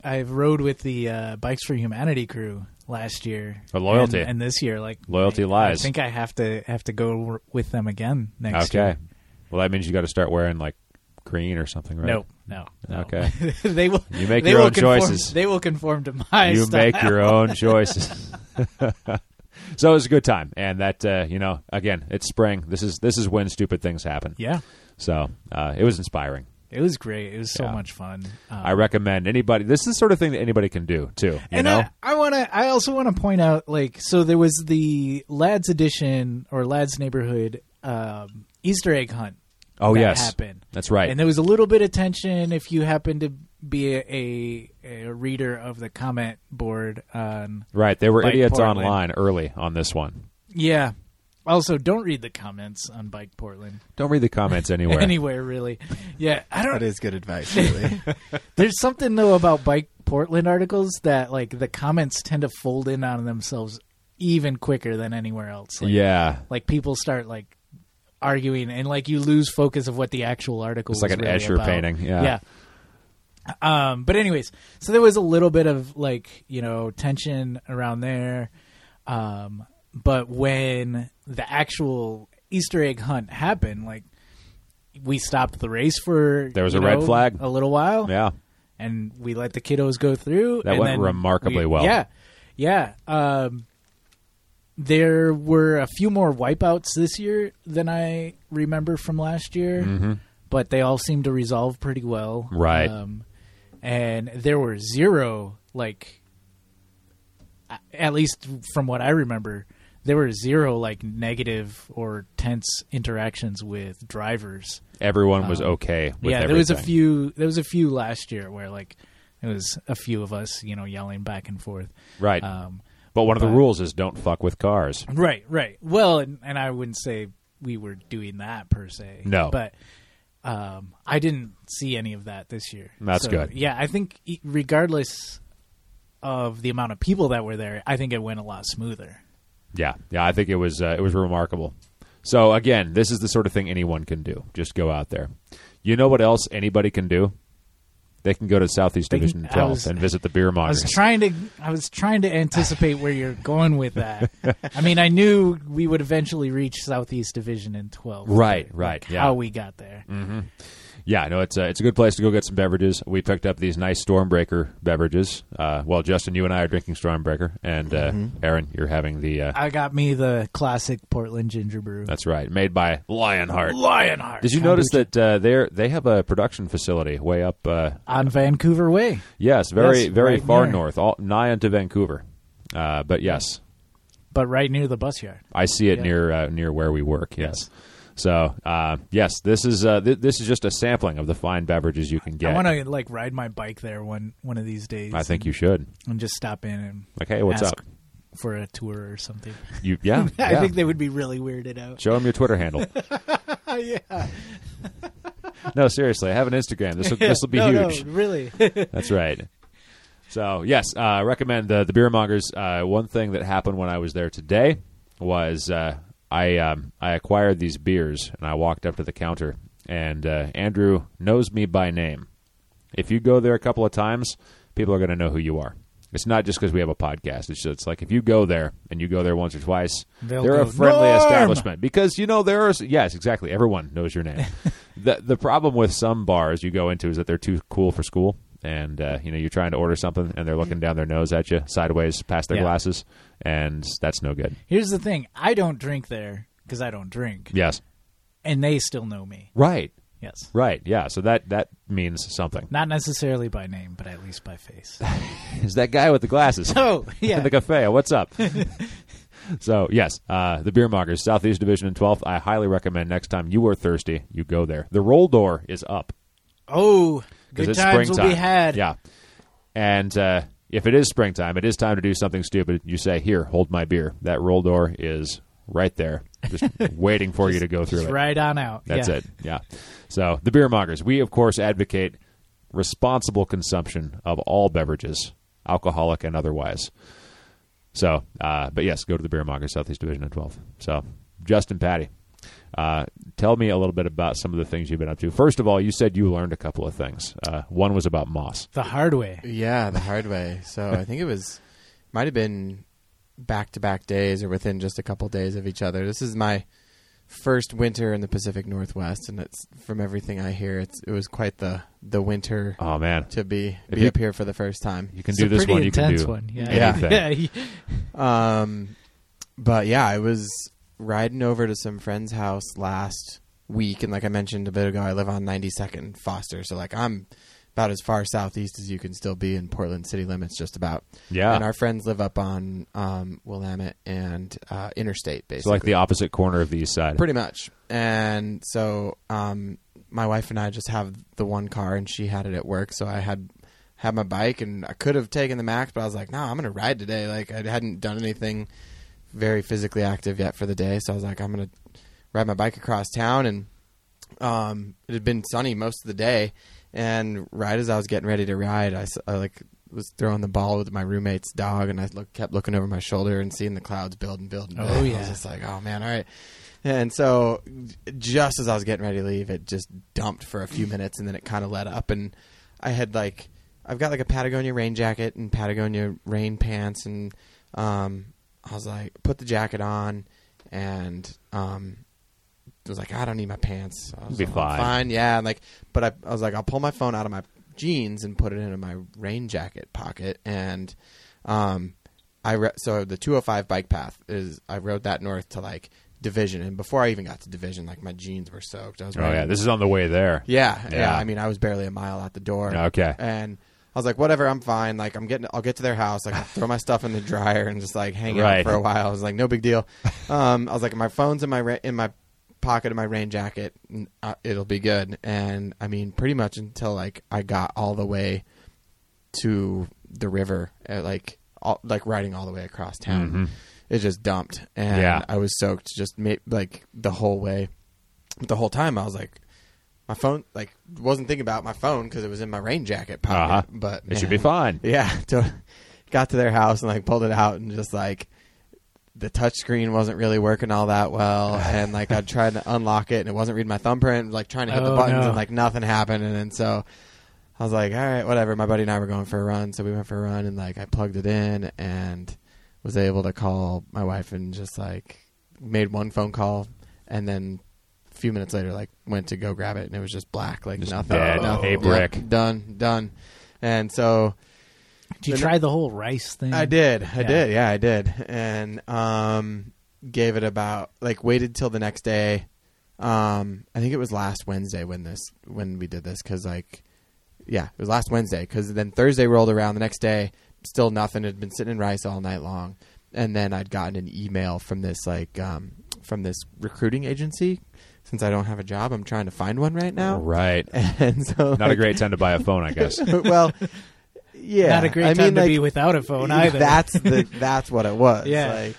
I've rode with the uh, Bikes for Humanity crew last year
For loyalty.
and, and this year like
Loyalty
I,
lies.
I think I have to have to go w- with them again next
okay.
year.
Well, that means you got to start wearing like green or something, right?
No, no, no.
Okay.
they will.
You make
they
your
will
own
conform-
choices.
They will conform to my.
you
style.
make your own choices. so it was a good time, and that uh, you know, again, it's spring. This is this is when stupid things happen.
Yeah,
So uh, it was inspiring.
it was great. It was so
Yeah.
much fun. Um,
I recommend anybody. This is the sort of thing that anybody can do too. You
and
know,
I, I want to. I also want to point out, like, so there was the lads edition or lads neighborhood um, Easter egg hunt.
Oh,
that
yes.
happened.
That's right.
And there was a little bit of tension if you happened to be a, a, a reader of the comment board on.
right? There were
Bike
idiots
Portland.
online early on this one.
Yeah. Also, don't read the comments on Bike Portland
Don't read the comments anywhere.
anywhere, really. Yeah, I
that
don't.
is good advice. Really.
There's something though about Bike Portland articles that like the comments tend to fold in on themselves even quicker than anywhere else. Like,
yeah,
like people start like arguing and like you lose focus of what the actual article
It's
was
like an
really
Escher
about.
painting, yeah.
yeah um but anyways so there was a little bit of like you know tension around there um but when the actual easter egg hunt happened like we stopped the race for
There was
you
a red
know,
flag.
a little while
yeah.
and we let the kiddos go through.
That
and
went
then
remarkably
we-
well.
Yeah, yeah. Um, there were a few more wipeouts this year than I remember from last year, but they all seemed to resolve pretty well.
Mm-hmm. Right.
Um, and there were zero, like, a- at least from what I remember, there were zero like negative or tense interactions with drivers
Everyone was okay. With
Um, yeah, there was a
everything.
few. There was a few last year where like it was a few of us, you know, yelling back and forth.
Right.
Um,
but one of the
but-
rules is don't fuck with cars.
right. Right. Well, and, and I wouldn't say we were doing that per se.
No.
but um, I didn't see any of that this year.
That's
So,
good.
Yeah, I think e- regardless of the amount of people that were there, I think it went a lot smoother.
Yeah, yeah, I think it was uh, it was remarkable. So again, this is the sort of thing anyone can do. Just go out there. You know what else anybody can do? They can go to Southeast
They can-
Division
I
12
was-
and visit the beer
I was
monitors.
trying to I was trying to anticipate where you're going with that. I mean, I knew we would eventually reach Southeast Division in 12.
Right, right,
Like,
yeah. Mm.
How we got there.
yeah, no, it's a, it's a good place to go get some beverages. We picked up these nice Stormbreaker beverages. Uh, well, Justin, you and I are drinking Stormbreaker, and uh,
Mm-hmm.
Aaron, you're having the. Uh,
I got me the classic Portland ginger brew.
that's right, made by Lionheart.
Lionheart.
Did you
kombucha
notice that uh, they they have a production facility way up? Uh,
on Vancouver Way?
yes, very
Yes,
very
right
far
near.
north, all, nigh unto Vancouver. Uh, but yes,
but right near the bus yard.
I see it
Yeah.
near uh, near where we work. Yes. So uh, yes, this is uh, th- this is just a sampling of the fine beverages you can get.
I want to like ride my bike there one one of these days.
I think you should.
and just stop in and
Like, hey, what's
ask
up?
for a tour or something.
You yeah.
I
yeah.
think they would be really weirded out. Oh,
Show them your Twitter handle.
yeah,
no, seriously, have an Instagram. This will this will be
No, no,
huge.
really.
That's right. So yes, uh, I recommend the the beer mongers. Uh, one thing that happened when I was there today was uh, I um, I acquired these beers and I walked up to the counter and uh, Andrew knows me by name. If you go there a couple of times, people are going to know who you are. It's not just because we have a podcast. It's just, it's like if you go there and you go there once or twice,
They'll
they're a
go,
friendly
"Norm!"
establishment because you know there are yes exactly everyone knows your name. the The problem with some bars you go into is that they're too cool for school, and uh, you know you're trying to order something and they're looking down their nose at you sideways past their
Yeah.
glasses, and that's no good.
Here's the thing: I don't drink there because I don't drink,
Yes,
and they still know me.
right,
Yes,
right, yeah. So that that means something.
not necessarily by name, but at least by face.
Is that guy with the glasses?
Oh,
in
yeah.
the cafe. What's up? so yes, uh, the beer mongers, Southeast Division and 12th. I highly recommend next time you are thirsty, you go there. The roll door is up
oh,
because
good
it's
times
springtime.
will be had.
Yeah, and uh, if it is springtime, it is time to do something stupid. You say, "Here, hold my beer." That roll door is right there, just waiting for you to go through
Just
it.
right on out.
That's
Yeah.
it. Yeah. So the beer mongers, we of course advocate responsible consumption of all beverages, alcoholic and otherwise. So, uh, but yes, go to the beer mongers, Southeast Division of 12. So, Justin Patty, uh, tell me a little bit about some of the things you've been up to. First of all, you said you learned a couple of things. Uh, one was about moss.
The hard way.
Yeah, the hard way. So I think it was might have been back to back days or within just a couple days of each other. This is my first winter in the Pacific Northwest, and it's from everything I hear, it's it was quite the the winter
Oh man,
to be
If
be
you-
up here for the first time.
you can
It's
do
a
this
pretty
one. You can
intense
do
one. Yeah,
anything.
yeah. yeah.
Um, but yeah, I was riding over to some friend's house last week, and like I mentioned a bit ago, I live on 92nd Foster, so like I'm about as far southeast as you can still be in Portland city limits, just about.
Yeah.
and our friends live up on um, Willamette and uh, Interstate, basically.
So like the opposite corner of the east side.
Pretty much. And so um, my wife and I just have the one car, and she had it at work, so I had had my bike, and I could have taken the Max, but I was like, no, I'm gonna ride today. Like I hadn't done anything very physically active yet for the day, so I was like, I'm gonna ride my bike across town, and um, it had been sunny most of the day, and right as I was getting ready to ride, I, s- I, like was throwing the ball with my roommate's dog, and I look, kept looking over my shoulder and seeing the clouds build and build. And
Oh,
build. I
yeah.
was just like, oh man, all right. And so, just as I was getting ready to leave, it just dumped for a few minutes, and then it kind of let up, and I had like I've got like a Patagonia rain jacket and Patagonia rain pants, and um, I was like, put the jacket on, and um, was like, I don't need my pants. I was
Be
like,
fine.
fine, yeah. And like, but I, I was like, I'll pull my phone out of my jeans and put it into my rain jacket pocket, and um, I re- so the 205 bike path is I rode that north to like Division, and before I even got to Division, like my jeans were soaked. I was
Oh
wearing-
yeah, this is on the way there.
yeah, yeah,
Yeah.
I mean, I was barely a mile out the door.
Okay.
And I was like, whatever, I'm fine. Like, I'm getting, I'll get to their house. Like, I'll throw my stuff in the dryer and just like hang
Right.
out for a while. I was like, no big deal. Um, I was like, my phone's in my ra- in my pocket of my rain jacket. And, uh, it'll be good. And I mean, pretty much until like I got all the way to the river, uh, like all, like riding all the way across town. it just dumped, and
Mm-hmm. Yeah.
I was soaked just ma- like the whole way. The whole time I was like, my phone like wasn't thinking about my phone because it was in my rain jacket pocket.
Uh-huh.
But
It should
man.
be fine.
Yeah, to, got to their house and like pulled it out and just like the touch screen wasn't really working all that well and like I tried to unlock it and it wasn't reading my thumbprint like trying to hit the
Oh,
buttons
no.
and like nothing happened and then so I was like all right whatever my buddy and I were going for a run so we went for a run and like I plugged it in and was able to call my wife and just like made one phone call and then a few minutes later like went to go grab it and it was just black like
Just
nothing,
dead.
nothing
A
Yep,
brick.
done done and so
Did you
The-
try the whole rice thing?
I did. I
Mm. Yeah.
did. Yeah, I did. And um, gave it about like waited till the next day. Um, I think it was last Wednesday when this when we did this because like, yeah, it was last Wednesday because then Thursday rolled around the next day. Still nothing. Had been sitting in rice all night long, and then I'd gotten an email from this like um, from this recruiting agency. Since I don't have a job, I'm trying to find one right now.
Right.
And so
Not a
like,
great time to buy a phone, I guess.
well, yeah,
Not a great
I
time
mean,
to
like,
be without a phone either.
that's the that's what it was.
Yeah.
Like,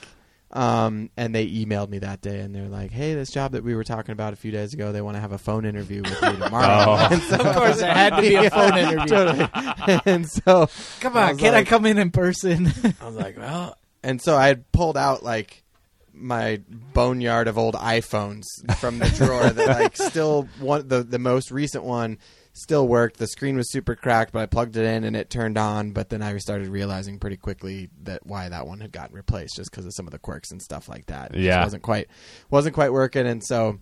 um, and they emailed me that day, and they're like, "Hey, this job that we were talking about a few days ago, they want to have a phone interview with you tomorrow."
Oh.
And so-
of course, it had to be a phone
Yeah,
interview.
totally. And so
Come
I
on,
was
can
like-
I come in in person?
I was like, "Well," and so I had pulled out like my boneyard of old iPhones from the drawer that like still one the the most recent one still worked. The screen was super cracked, but I plugged it in and it turned on. But then I started realizing pretty quickly that why that one had gotten replaced just because of some of the quirks and stuff like that. It just
Yeah.
wasn't quite wasn't quite working, and so.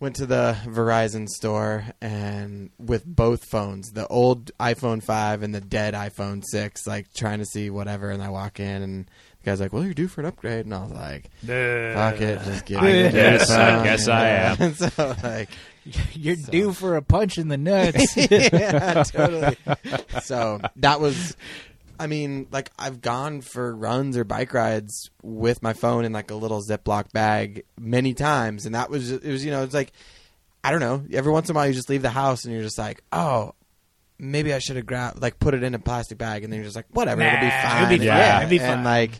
Went to the Verizon store and with both phones, the old iPhone 5 and the dead iPhone 6, like trying to see whatever. And I walk in and the guy's like, Well, you're due for an upgrade. And I was like, Fuck it, just give me
I
the
guess-
phone,
I guess
you
I
know?
am.
And so like,
You're due for a punch in the nuts.
yeah, totally. So that was, I mean, like I've gone for runs or bike rides with my phone in like a little Ziploc bag many times, and that was it was you know it's like I don't know. Every once in a while, you just leave the house and you're just like, oh. Maybe I should have grabbed, like, put it in a plastic bag, and then you're just like, whatever, it'll be
Nah,
fine.
it'll be
fine,
Yeah.
it'll be
And
fine.
like,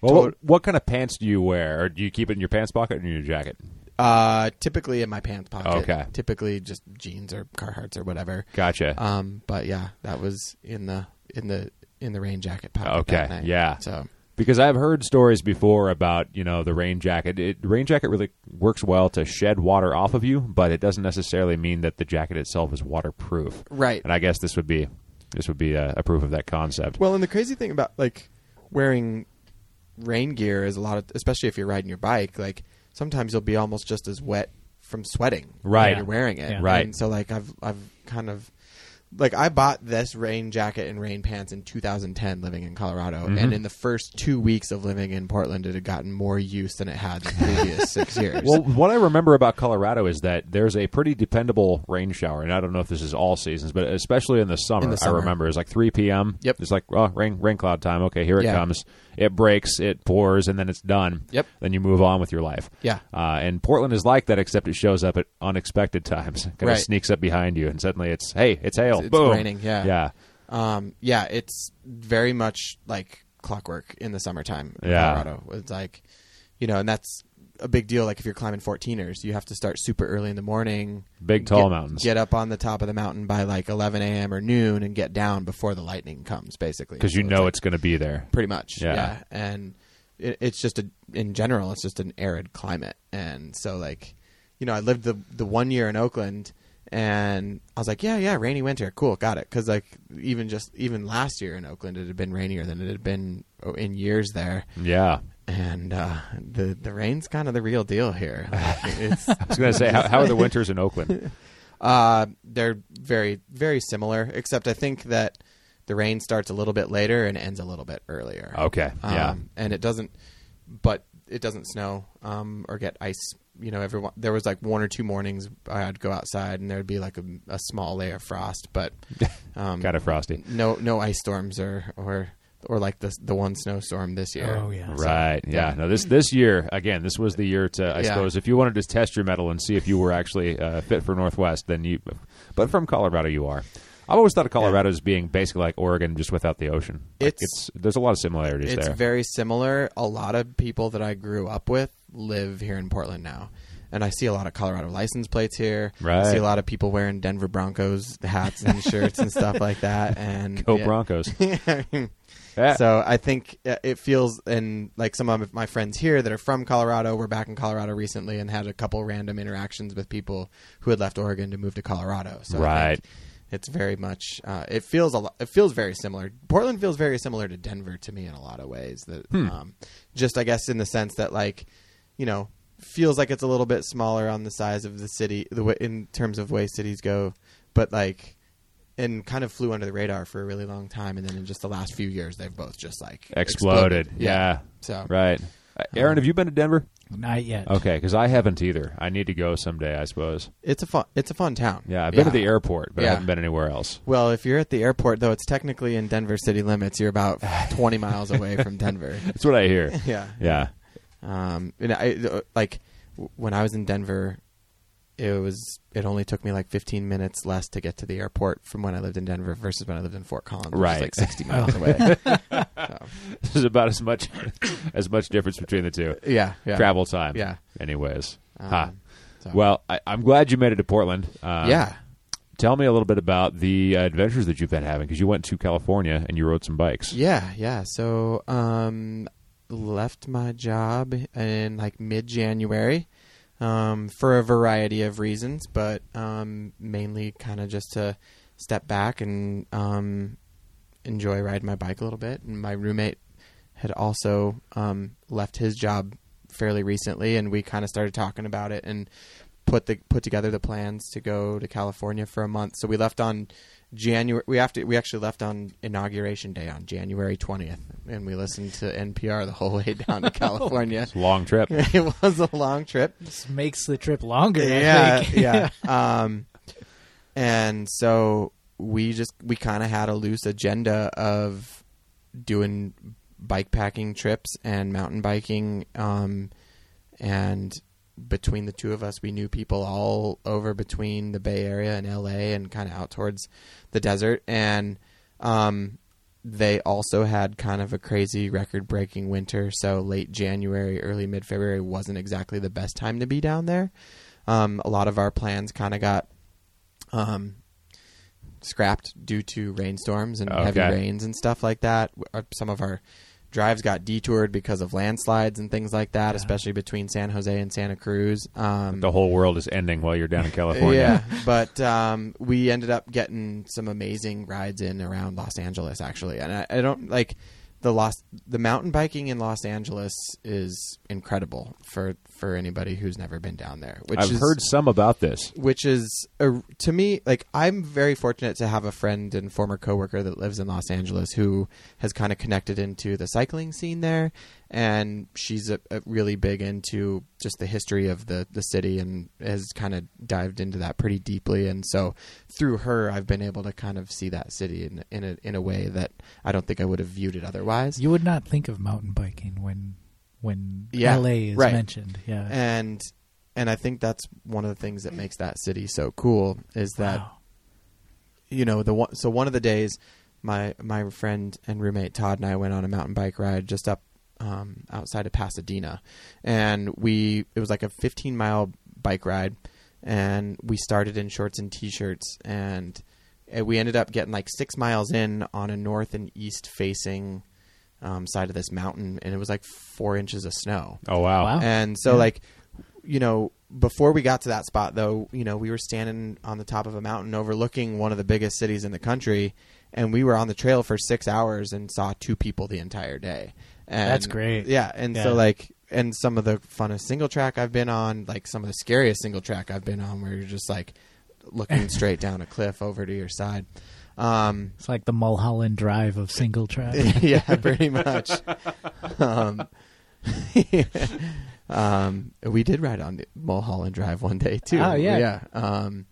Well, what, what kind of pants do you wear? Or do you keep it in your pants pocket or in your jacket?
uh, typically in my pants pocket.
Okay.
Typically, just jeans or Carhartts or whatever.
Gotcha.
Um, but yeah, that was in the in the in the rain jacket pocket.
Okay,
that night.
yeah.
So
because I've heard stories before about you know the rain jacket. It, the rain jacket really works well to shed water off of you, but it doesn't necessarily mean that the jacket itself is waterproof.
right.
And I guess this would be this would be a, a proof of that concept.
well, and the crazy thing about like wearing rain gear is a lot of, especially if you're riding your bike. Like sometimes you'll be almost just as wet from sweating
Right.
when you're wearing it.
Yeah.
Right.
And so like I've I've kind of like I bought this rain jacket and rain pants in 2010 living in Colorado
Mm-hmm.
and in the first 2 weeks of living in Portland it had gotten more use than it had the previous 6 years.
Well, what I remember about Colorado is that there's a pretty dependable rain shower, and I don't know if this is all seasons, but especially in the summer,
In the summer.
I remember it's like 3 p.m.
Yep.
it's like oh, rain, rain cloud time. Okay, here it
Yeah.
comes. It breaks, it pours, and then it's done.
Yep.
Then you move on with your life.
Yeah.
Uh, and Portland is like that, except it shows up at unexpected times. Kind
Right.
of sneaks up behind you, and suddenly it's hey, it's hail.
It's- it's
Boom.
raining, yeah.
Yeah.
Um, yeah, it's very much like clockwork in the summertime in
Yeah.
Colorado. It's like, you know, and that's a big deal. Like if you're climbing 14ers, you have to start super early in the morning.
Big tall
get,
mountains.
Get up on the top of the mountain by like 11 a.m. or noon and get down before the lightning comes, basically.
Because you
So
know
like-
it's going to be there.
pretty much. Yeah.
Yeah.
And it, it's just a, in general, it's just an arid climate. And so like, you know, I lived the, the one year in Oakland and I was like, yeah, yeah, rainy winter. Cool. Got it. Cause like even just, even last year in Oakland, it had been rainier than it had been oh, in years there.
Yeah.
And, uh, the, the rain's kind of the real deal here. Like, it's,
I was going to say, how, how are the winters in Oakland?
uh, they're very, very similar, except I think that the rain starts a little bit later and ends a little bit earlier.
Okay.
Um,
yeah.
and it doesn't, but it doesn't snow um, or get ice. You know, everyone there was like one or two mornings I'd go outside and there'd be like a, a small layer of frost, but um,
Kind of frosty.
no no ice storms or or or like the the one snowstorm this year.
Oh, yeah.
Right. yeah. No. This this year again. This was the year to I
Yeah.
suppose if you wanted to test your metal and see if you were actually uh, fit for Northwest, then you. But from Colorado, you are. I've always thought of Colorado as being basically like Oregon, just without the ocean. Like,
It's-
it's there's a lot of similarities
it's
there.
very similar. A lot of people that I grew up with live here in Portland now. And I see a lot of Colorado license plates here. I see
Right.
a lot of people wearing Denver Broncos hats and shirts and stuff like that. And
Go
yeah.
Oh, Broncos! Yeah.
So I think uh, it feels, and like some of my friends here that are from Colorado were back in Colorado recently and had a couple random interactions with people who had left Oregon to move to Colorado. So I think
Right.
it's very much. Uh, it feels a lot. It feels very similar. Portland feels very similar to Denver to me in a lot of ways. That
Hmm.
um, just I guess in the sense that like, you know, feels like it's a little bit smaller on the size of the city, the way, in terms of way cities go, but like and kind of flew under the radar for a really long time, and then in just the last few years, they've both just like
Exploded. Yeah.
So
Right. Uh,
Um,
Aaron, have you been to Denver?
Not yet.
Okay, because I haven't either. I need to go someday, I suppose.
it's a fun it's a fun town.
Yeah, I've been to the airport, but I
Yeah.
haven't been anywhere else.
Well, if you're at the airport, though, it's technically in Denver city limits. You're about 20 miles away from Denver.
That's what I hear.
Yeah,
yeah.
Um, and I uh, like w- when I was in Denver, it was it only took me like 15 minutes less to get to the airport from when I lived in Denver versus when I lived in Fort Collins, which is,
Right. Oh.
like 60 miles away.
There's about as much as much difference between the two.
Yeah, yeah,
Travel time.
Yeah. Um,
Anyways. ha.
so-
Well, I, I'm glad you made it to Portland. Um,
yeah.
Tell me a little bit about the uh, adventures that you've been having because you went to California and you rode some bikes.
Yeah, yeah. So, um, left my job in like mid January, um, for a variety of reasons, but um, mainly kind of just to step back and um, enjoy riding my bike a little bit. And my roommate had also um, left his job fairly recently, and we kind of started talking about it and put the put together the plans to go to California for a month. So we left on January. We have to. We actually left on inauguration day on January twentieth, and we listened to NPR the whole way down to California.
It's a long trip.
it was a long trip.
This makes the trip longer. I
Yeah,
think.
yeah. Um, and so we just we kind of had a loose agenda of doing bike packing trips and mountain biking. Um, and between the two of us, we knew people all over between the Bay Area and LA and kind of out towards the desert. And um, they also had kind of a crazy record breaking winter. So late January, early mid February wasn't exactly the best time to be down there. Um, a lot of our plans kind of got um, scrapped due to rainstorms and heavy
Okay.
rains and stuff like that. W- uh, Some of our drives got detoured because of landslides and things like that, especially between San Jose and Santa Cruz. Um,
The whole world is ending while you're down in California.
yeah, but um, we ended up getting some amazing rides in around Los Angeles, actually. And I, I don't like the Los the mountain biking in Los Angeles is incredible for for anybody who's never been down there. Which
I've
is,
heard some about this.
which is a, to me like I'm very fortunate to have a friend and former coworker that lives in Los Angeles who has kind of connected into the cycling scene there, and she's a, a really big into just the history of the the city and has kind of dived into that pretty deeply. And so through her, I've been able to kind of see that city in in a, in a way that I don't think I would have viewed it otherwise.
You would not think of mountain biking when when
Yeah,
LA is
right.
mentioned. Yeah.
And and I think that's one of the things that makes that city so cool is that.
Wow.
you know the one so one of the days my my friend and roommate Todd and I went on a mountain bike ride just up um, outside of Pasadena and we it was like a 15 mile bike ride and we started in shorts and t-shirts and uh, we ended up getting like 6 miles in on a north and east facing um, side of this mountain and it was like 4 inches of snow
Oh wow.
Wow.
and so
Yeah.
like you know, before we got to that spot though, you know, we were standing on the top of a mountain overlooking one of the biggest cities in the country and we were on the trail for 6 hours and saw two people the entire day. And
That's great.
Yeah, and
Yeah.
so like and some of the funnest single track I've been on, like some of the scariest single track I've been on where you're just like looking straight down a cliff over to your side. Um
It's like the Mulholland Drive of single track.
yeah, pretty much. Um, um, we did ride on the Mulholland Drive one day too.
Oh, yeah.
yeah. Um,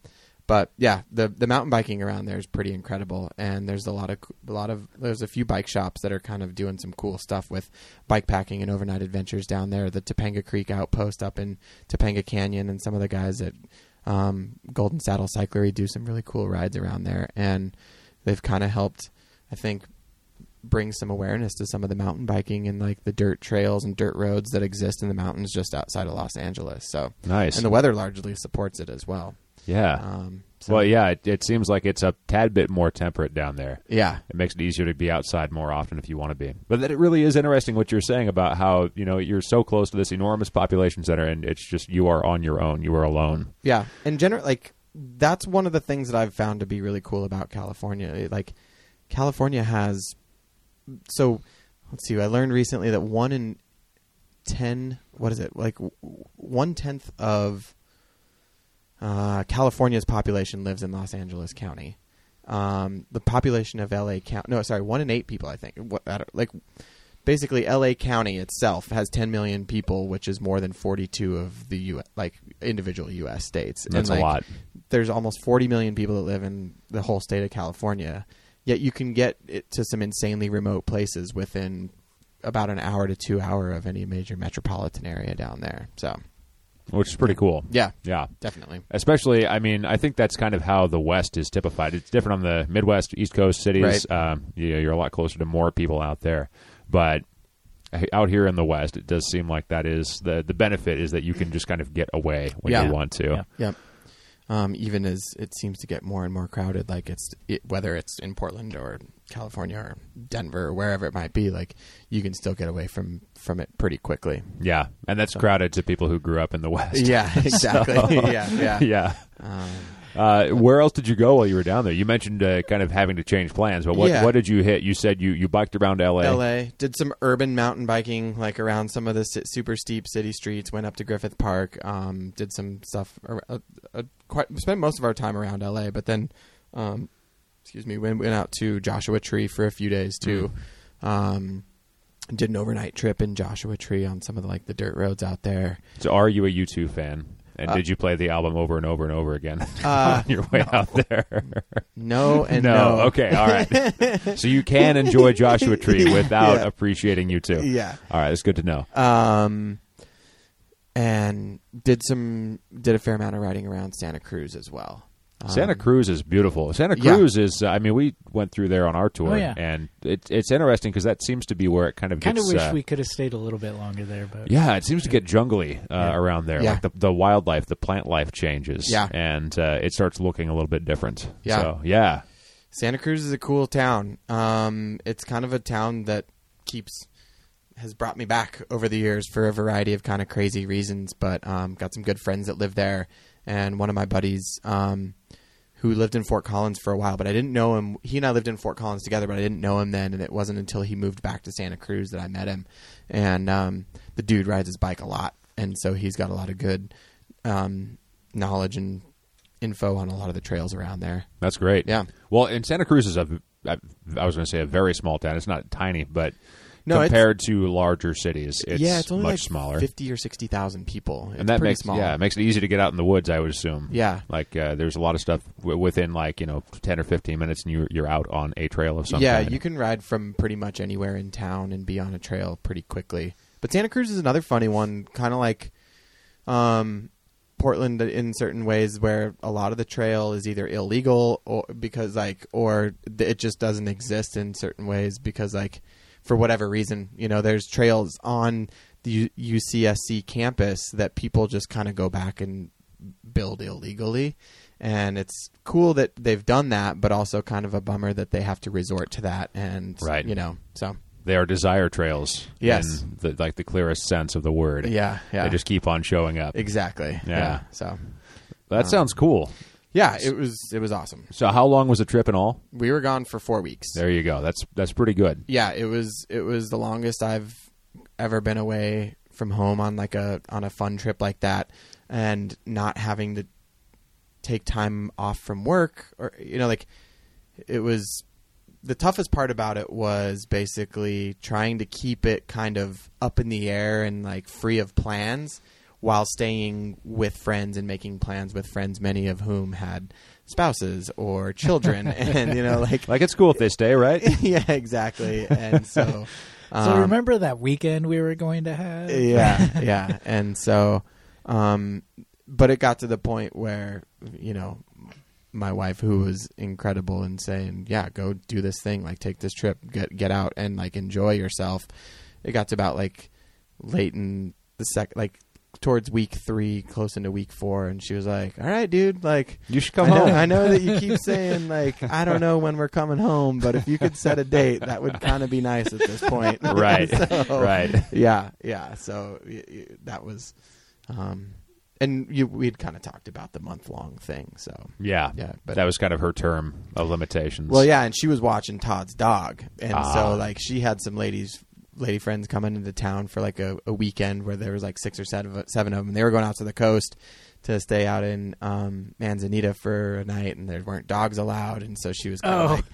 but yeah, the the mountain biking around there is pretty incredible, and there's a lot of a lot of there's a few bike shops that are kind of doing some cool stuff with bike packing and overnight adventures down there. The Topanga Creek Outpost up in Topanga Canyon, and some of the guys at um, Golden Saddle Cyclery do some really cool rides around there, and they've kind of helped, I think, bring some awareness to some of the mountain biking and like the dirt trails and dirt roads that exist in the mountains just outside of Los Angeles. So,
Nice.
and the weather largely supports it as well.
yeah.
Um, so,
well, yeah. It, it seems like it's a tad bit more temperate down there.
yeah,
it makes it easier to be outside more often if you want to be. But that it really is interesting what you're saying about how you know you're so close to this enormous population center, and it's just you are on your own, you are alone.
Yeah, and general like that's one of the things that I've found to be really cool about California. It, Like California has so let's see. I learned recently that one in ten what is it like one tenth of uh, California's population lives in Los Angeles County. Um, the population of LA County, no, sorry, one in eight people. I think what I don't, like basically LA County itself has 10 million people, which is more than 42 of the U like individual U.S. states.
That's
And,
a
like,
lot.
There's almost 40 million people that live in the whole state of California. Yet you can get it to some insanely remote places within about an hour to two hour of any major metropolitan area down there. So
which is pretty cool.
yeah,
Yeah.
definitely.
Especially, I mean, I think that's kind of how the West is typified. It's different on the Midwest, East Coast cities. Um, you know, you're a lot closer to more people out there, but out here in the West, it does seem like that is the the benefit is that you can just kind of get away when
Yeah.
you want to.
Yeah.
Yep. Um, even as it seems to get more and more crowded, like it's it, whether it's in Portland or California or Denver or wherever it might be, like you can still get away from from it pretty quickly.
Yeah. and that's crowded to people who grew up in the West.
Yeah, exactly. yeah, yeah. Um,
yeah. Uh, where else did you go while you were down there? You mentioned uh, kind of having to change plans, but what,
Yeah.
what did you hit? You said you, you biked around L.A.
LA did some urban mountain biking, like around some of the si- super steep city streets. Went up to Griffith Park. Um, did some stuff. ar- Uh, uh, quite spent most of our time around LA, but then, um, excuse me, went went out to Joshua Tree for a few days too.
Mm.
Um, did an overnight trip in Joshua Tree on some of the, like the dirt roads out there.
So are you a U2 fan? And did you play the album over and over and over again
Uh,
on your way out there?
No and
no.
no.
Okay. All right. so you can enjoy Joshua Tree without
Yeah.
appreciating U2.
Yeah.
All right. That's good to know.
um, and did some did a fair amount of riding around Santa Cruz as well. Um,
Santa Cruz is beautiful. Santa
yeah.
Cruz is. uh, I mean, we went through there on our tour,
Oh, yeah.
and it, it's interesting because that seems to be where it kind of
Kind of
gets.
wish
uh,
we could have stayed a little bit longer there, but
Yeah, it seems to get jungly uh, around there.
Yeah.
Like the, the wildlife, the plant life changes.
Yeah.
And uh, it starts looking a little bit different.
Yeah.
So, yeah.
Santa Cruz is a cool town. Um, it's kind of a town that keeps has brought me back over the years for a variety of kind of crazy reasons. But um, got some good friends that live there, and one of my buddies um, who lived in Fort Collins for a while, but I didn't know him. He and I lived in Fort Collins together, but I didn't know him then, and it wasn't until he moved back to Santa Cruz that I met him. And um, the dude rides his bike a lot, and so he's got a lot of good um, knowledge and info on a lot of the trails around there.
That's great.
Yeah.
Well, and Santa Cruz is a, I, I was going to say a very small town. It's not tiny, but
No, it's-
compared to larger cities, it's,
yeah, it's only
much
like
smaller.
fifty or sixty thousand people. It's
and that
pretty
makes
small.
yeah, it makes it easy to get out in the woods. I would assume.
Yeah.
Like uh, there's a lot of stuff w- within like you know ten or fifteen minutes, and you you're out on a trail of some.
yeah.
kind.
You can ride from pretty much anywhere in town and be on a trail pretty quickly. But Santa Cruz is another funny one, kind of like um, Portland in certain ways, where a lot of the trail is either illegal or because like or th- it just doesn't exist in certain ways because like for whatever reason, you know, there's trails on the U- UCSC campus that people just kind of go back and build illegally. And it's cool that they've done that, but also kind of a bummer that they have to resort to that. And,
Right.
you know, so
They are desire trails.
Yes.
In the, like the clearest sense of the word.
yeah, yeah,
They just keep on showing up.
exactly.
Yeah.
So,
That sounds cool.
yeah, it was, it was awesome.
So how long was the trip in all?
We were gone for four weeks.
There you go. That's that's pretty good.
yeah, it was it was the longest I've ever been away from home on like a on a fun trip like that, and not having to take time off from work or you know like it was the toughest part about it was basically trying to keep it kind of up in the air and like free of plans while staying with friends and making plans with friends many of whom had spouses or children and you know like
Like it's cool if they stay, right?
yeah, exactly. And so, um,
So remember that weekend we were going to have?
yeah, yeah. And so, um, but it got to the point where you know my wife who was incredible and saying yeah go do this thing like take this trip get get out and like enjoy yourself it got to about like late in the sec like towards week three close into week four and she was like all right dude like
You should come
I know,
home.
I know that you keep saying like I don't know when we're coming home, but if you could set a date, that would kind of be nice at this point.
Right.
So,
Right.
Yeah. Yeah. So y- y- that was, um, and you, we'd kind of talked about the month long thing. So
Yeah.
yeah, but
that was kind of her term of limitations.
well, yeah, and she was watching Todd's dog, and
Ah.
so like she had some ladies, lady friends coming into town for like a, a weekend where there was like six or seven seven of them. And they were going out to the coast to stay out in um, Manzanita for a night, and there weren't dogs allowed, and so she was kind of
Oh.
like,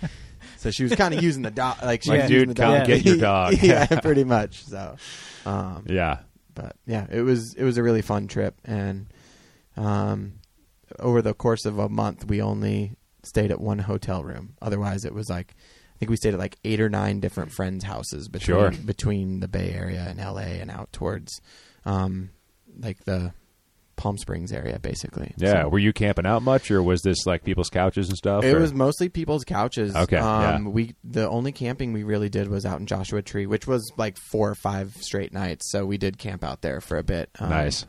so she was kind of using the dog, like she
Like,
was
dude,
using the
come
dog.
get your dog.
yeah, pretty much. So, um,
Yeah.
but yeah, it was it was a really fun trip, and um, over the course of a month, we only stayed at one hotel room. Otherwise, it was like I think we stayed at like eight or nine different friends' houses between
Sure.
between the Bay Area and L.A. and out towards um, like the Palm Springs area, basically.
Yeah.
So-
Were you camping out much, or was this like people's couches and stuff?
it
or-
was mostly people's couches.
Okay,
Um,
yeah.
We the only camping we really did was out in Joshua Tree, which was like four or five straight nights. So we did camp out there for a bit. Um,
Nice.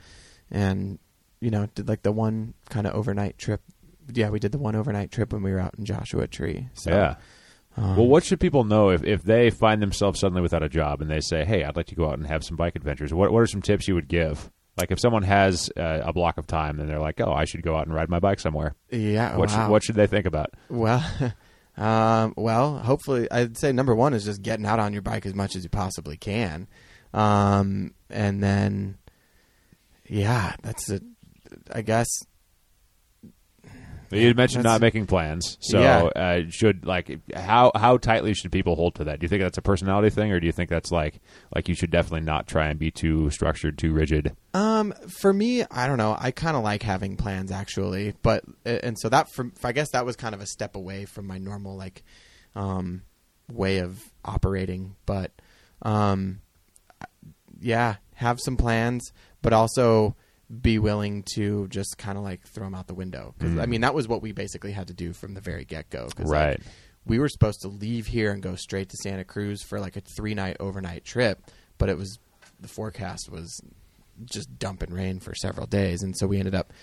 And you know, did like the one kind of overnight trip. Yeah, we did the one overnight trip when we were out in Joshua Tree. So,
yeah.
um,
Well, what should people know if, if they find themselves suddenly without a job and they say, "Hey, I'd like to go out and have some bike adventures." What what are some tips you would give? Like if someone has uh, a block of time and they're like, "Oh, I should go out and ride my bike somewhere."
Yeah.
What
wow.
should, what should they think about?
Well, um, well, hopefully, I'd say number one is just getting out on your bike as much as you possibly can, um, and then, yeah, that's it. I guess
You had mentioned
That's-
not making plans, so
Yeah.
uh, should like how how tightly should people hold to that? Do you think that's a personality thing, or do you think that's like like you should definitely not try and be too structured, too rigid?
Um, for me, I don't know. I kind of like having plans actually, but and so that from I guess that was kind of a step away from my normal like um way of operating, but um yeah, have some plans, but also be willing to just kind of like throw them out the window cuz I mean that was what we basically had to do from the very get-go 'cause, like,
Right.
we were supposed to leave here and go straight to Santa Cruz for like a three night overnight trip, but it was the forecast was just dumping rain for several days, and so we ended up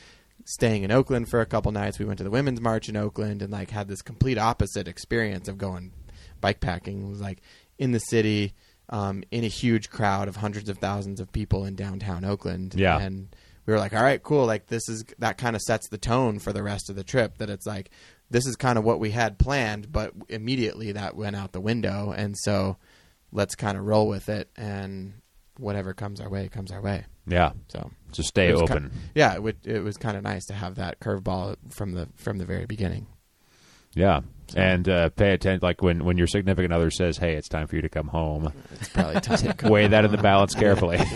staying in Oakland for a couple nights. We went to the women's march in Oakland and like had this complete opposite experience of going bike packing. It was like in the city, um, in a huge crowd of hundreds of thousands of people in downtown Oakland.
Yeah.
and we were like, all right, cool. Like this is that kind of sets the tone for the rest of the trip. That it's like this is kind of what we had planned, but immediately that went out the window, and so let's kind of roll with it, and whatever comes our way comes our way.
Yeah.
So
So stay
it was
open.
ki- yeah, it, would, it was kind of nice to have that curveball from the from the very beginning.
yeah. And uh, pay attention. Like when, when your significant other says, "Hey, it's time for you to come home,"
It's probably time to go.
weigh that in the balance carefully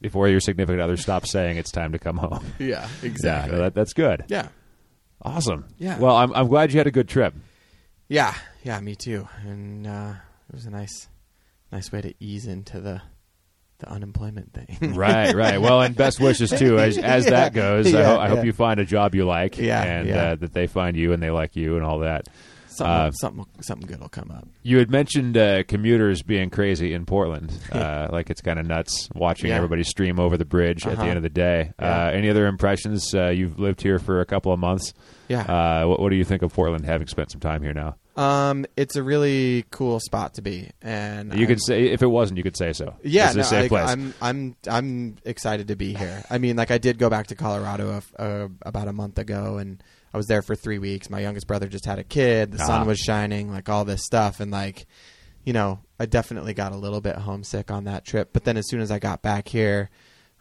before your significant other stops saying it's time to come home.
Yeah,
Yeah, that, that's good.
Yeah,
Awesome.
Yeah.
Well, I'm, I'm glad you had a good trip.
yeah, yeah. Me too. And uh, it was a nice, nice way to ease into the the unemployment thing.
right, right. Well, and best wishes too as, as that
Yeah.
goes. I,
Yeah,
ho- I
yeah.
hope you find a job you like,
Yeah,
and
yeah.
Uh, that they find you and they like you and all that.
Something,
Uh,
something, something good will come up.
You had mentioned uh, commuters being crazy in Portland. Uh, like it's kind of nuts watching
Yeah.
everybody stream over the bridge at the
Uh-huh.
end of the day.
Yeah.
Uh, any other impressions? Uh, you've lived here for a couple of months.
Yeah.
Uh, what, what do you think of Portland having spent some time here now?
um, it's a really cool spot to be, and
You
I'm-
could say if it wasn't, you could say so.
Yeah,
it's a
no,
safe
like,
place.
I'm I'm I'm excited to be here. I mean, like I did go back to Colorado a f uh, about a month ago, and I was there for three weeks. My youngest brother just had a kid. The
Ah.
sun was shining, like all this stuff, and like you know, I definitely got a little bit homesick on that trip. But then as soon as I got back here.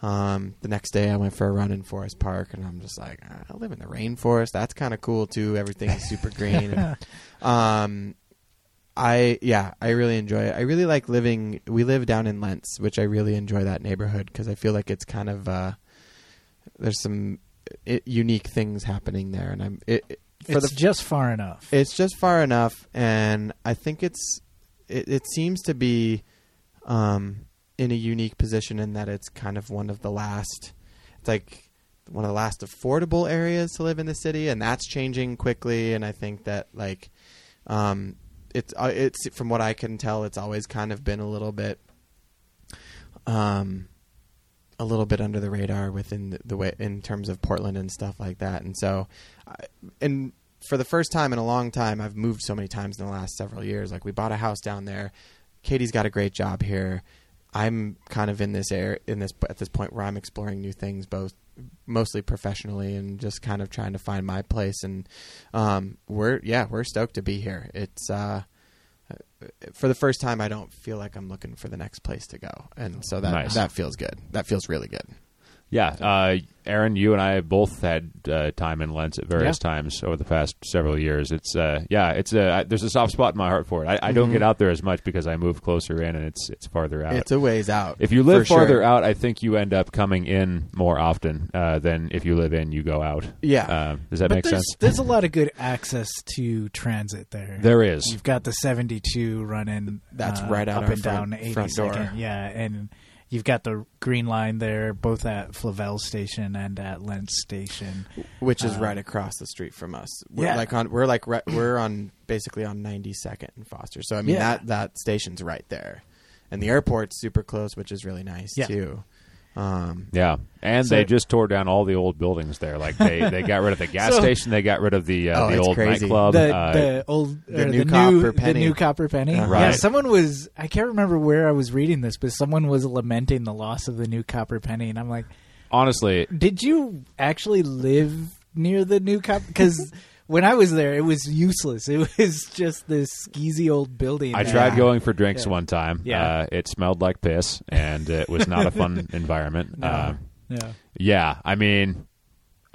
Um, the next day I went for a run in Forest Park and I'm just like, "Ah, I live in the rainforest. That's kind of cool too. Everything's super green. And, um, I yeah, I really enjoy it. I really like living. We live down in Lentz, which I really enjoy that neighborhood because I feel like it's kind of uh, there's some i unique things happening there, and I'm it, it- for
it's
the
just far enough.
it's just far enough, and I think it's it, it seems to be um, in a unique position in that it's kind of one of the last. It's like one of the last affordable areas to live in the city, and that's changing quickly. And I think that like um, it's uh, it's from what I can tell, it's always kind of been a little bit um, a little bit under the radar within the, the way in terms of Portland and stuff like that. And so, I, and for the first time in a long time, I've moved so many times in the last several years. Like we bought a house down there. Katie's got a great job here. I'm kind of in this air in this at this point where I'm exploring new things, both mostly professionally and just kind of trying to find my place. And um, we're yeah, we're stoked to be here. It's uh, for the first time, I don't feel like I'm looking for the next place to go, and so that
Nice.
that feels good. That feels really good.
Yeah, uh, Aaron, you and I both had uh, time in Lent at various times over the past several years. It's uh, yeah, it's a I, there's a soft spot in my heart for it. I, I don't get out there as much because I move closer in and it's it's farther out.
Mm-hmm. It's a ways out.
Uh, if you live
for sure.
farther out, I think you end up coming in more often uh, than if you live in, you go out.
Yeah.
Uh, does that
but
make
there's,
sense?
There's a lot of good access to transit there.
There is.
You've got the 72 running.
That's
uh,
right
up
out our
and
front-
down 80
front door.
Yeah, and you've got the Green Line there, both at Flavel Station and at Lent Station.
which is
Um,
right across the street from us. We're
yeah.
like on we're like right, we're on basically on 92nd and Foster. So I mean
Yeah.
that that station's right there. And the airport's super close, which is really nice
Yeah.
too. Um
Yeah, and
So-
they just tore down all the old buildings there. Like they, they got rid of the gas
So-
station, they got rid of the uh,
Oh,
the
it's
old
crazy.
nightclub.
the,
uh,
the old
the
or
new
the
copper
new,
penny.
The new copper penny.
Uh-huh.
Yeah,
Right.
someone was. I can't remember where I was reading this, but someone was lamenting the loss of the new copper penny, and I'm like,
honestly,
did you actually live near the new copper? Because when I was there, it was useless. It was just this skeezy old building.
I
that-
tried going for drinks
Yeah.
one time.
Yeah.
Uh, it smelled like piss, and it was not a fun environment.
No.
Uh,
Yeah.
yeah, I mean,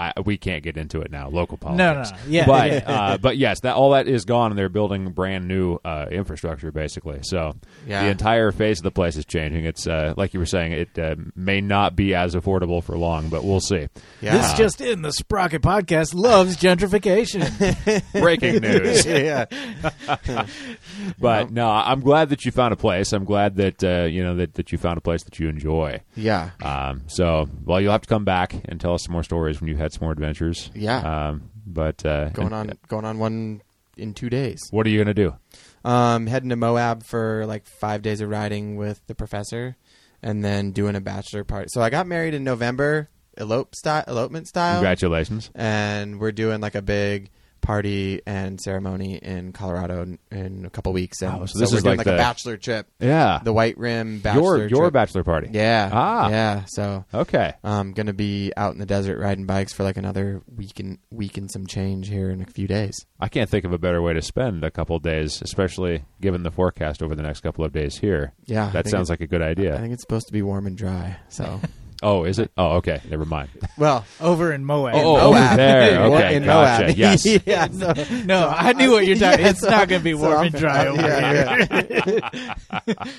I, we can't get into it now. Local
No, no,
politics.
no. Yeah,
but
yeah.
Uh, but yes, that all that is gone, and they're building brand new uh, infrastructure basically. So
Yeah.
the entire face of the place is changing. It's uh, like you were saying, it uh, may not be as affordable for long, but we'll see.
yeah.
This just in: the Sprocket Podcast loves gentrification.
Breaking news.
yeah.
But no, I'm glad that you found a place. I'm glad that uh, you know that, that you found a place that you enjoy.
Yeah.
Um, so, well, you'll have to come back and tell us some more stories when you've had some more adventures.
Yeah.
Um, but uh,
Going
and-
on going on one in 2 days.
What are you going to do?
Um heading to Moab for like 5 days of riding with the professor and then doing a bachelor party. So I got married in November, elope style, elopement style.
Congratulations.
and we're doing like a big party and ceremony in Colorado in, in a couple weeks. And
Wow, so this
we're
is
doing
like
like a
the-
bachelor trip,
Yeah.
the White Rim bachelor.
your your
trip.
bachelor party.
yeah,
Ah.
yeah. So
Okay.
I'm gonna be out in the desert riding bikes for like another week and week and some change here in a few days.
I can't think of a better way to spend a couple of days, especially given the forecast over the next couple of days here.
Yeah, I
that
think
sounds
it-
like a good
I
idea.
think it's supposed to be warm and dry. So
Oh, is it? Oh, okay. Never mind.
well.
Over in Moab.
Oh, oh, over there.
Wa-
Okay,
in
gotcha.
Moab.
Yes.
yeah. So,
no, I knew what you're talking.
Yeah,
it's
so-
not going to be
so
warm
I'm-
and dry over
yeah,
here.
yeah.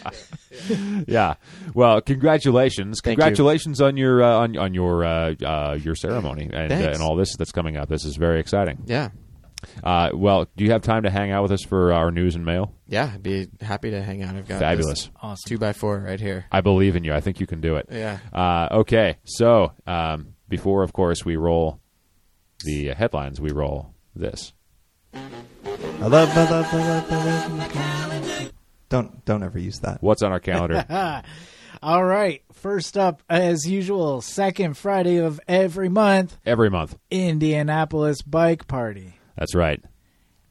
yeah. Well, congratulations.
Thank you.
Congratulations on your uh, on on your uh, uh, your ceremony and uh,
Thanks.
and all this that's coming up. This is very exciting.
yeah.
Uh, well, do you have time to hang out with us for our news and mail?
Yeah, I'd be happy to hang out. I've got this
Fabulous.
Awesome.
two by four right here.
I believe in you. I think you can do it.
Yeah.
Uh, okay. So um, before, of course, we roll the headlines, we roll this.
I love, I love, I love, I love my calendar. Don't don't ever use that.
What's on our calendar?
All right. First up, as usual, second Friday of every month,
Every month.
Indianapolis Bike Party.
That's right.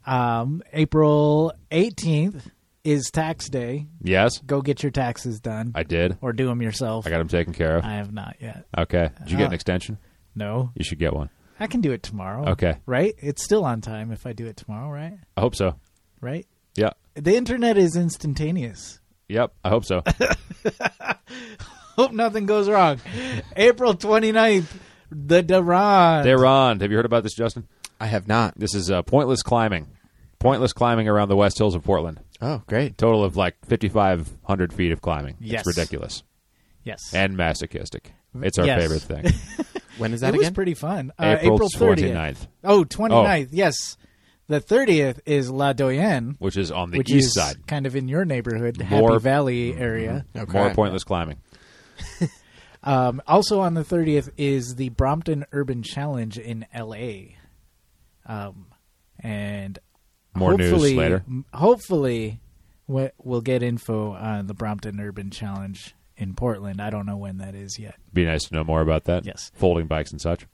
Um, April 18th is tax day.
Yes,
Go get your taxes done
I did.
or do them yourself.
I got them taken care of.
I have not yet.
Okay. Did you get
Uh,
an extension?
No,
You should get one.
I can do it tomorrow.
Okay.
Right? It's still on time if I do it tomorrow, right?
I hope so.
Right?
Yeah.
The internet is instantaneous.
Yep. I hope so.
Hope nothing goes wrong. April 29th, the Durand.
They're on. Have you heard about this, Justin?
I have not.
This is uh, pointless climbing. Pointless climbing around the West Hills of Portland.
Oh, great.
Total of like 5,500 feet of climbing.
Yes.
It's ridiculous.
yes.
And masochistic. It's our
Yes.
favorite thing.
When is that
it
again?
was pretty fun. Uh,
April,
April 30th.
29th,
Oh, 29th. Yes. The 30th is La Doyenne,
which is on the
which
east
is
side.
kind of in your neighborhood,
More- Mm-hmm.
Happy Valley area.
Okay.
More pointless climbing.
Um, also on the 30th is the Brompton Urban Challenge in LA. Um, and
More news
hopefully,
later.
m- Hopefully, we- we'll get info on the Brompton Urban Challenge in Portland. I don't know when that is yet.
Be nice to know more about that.
Yes.
Folding bikes and such.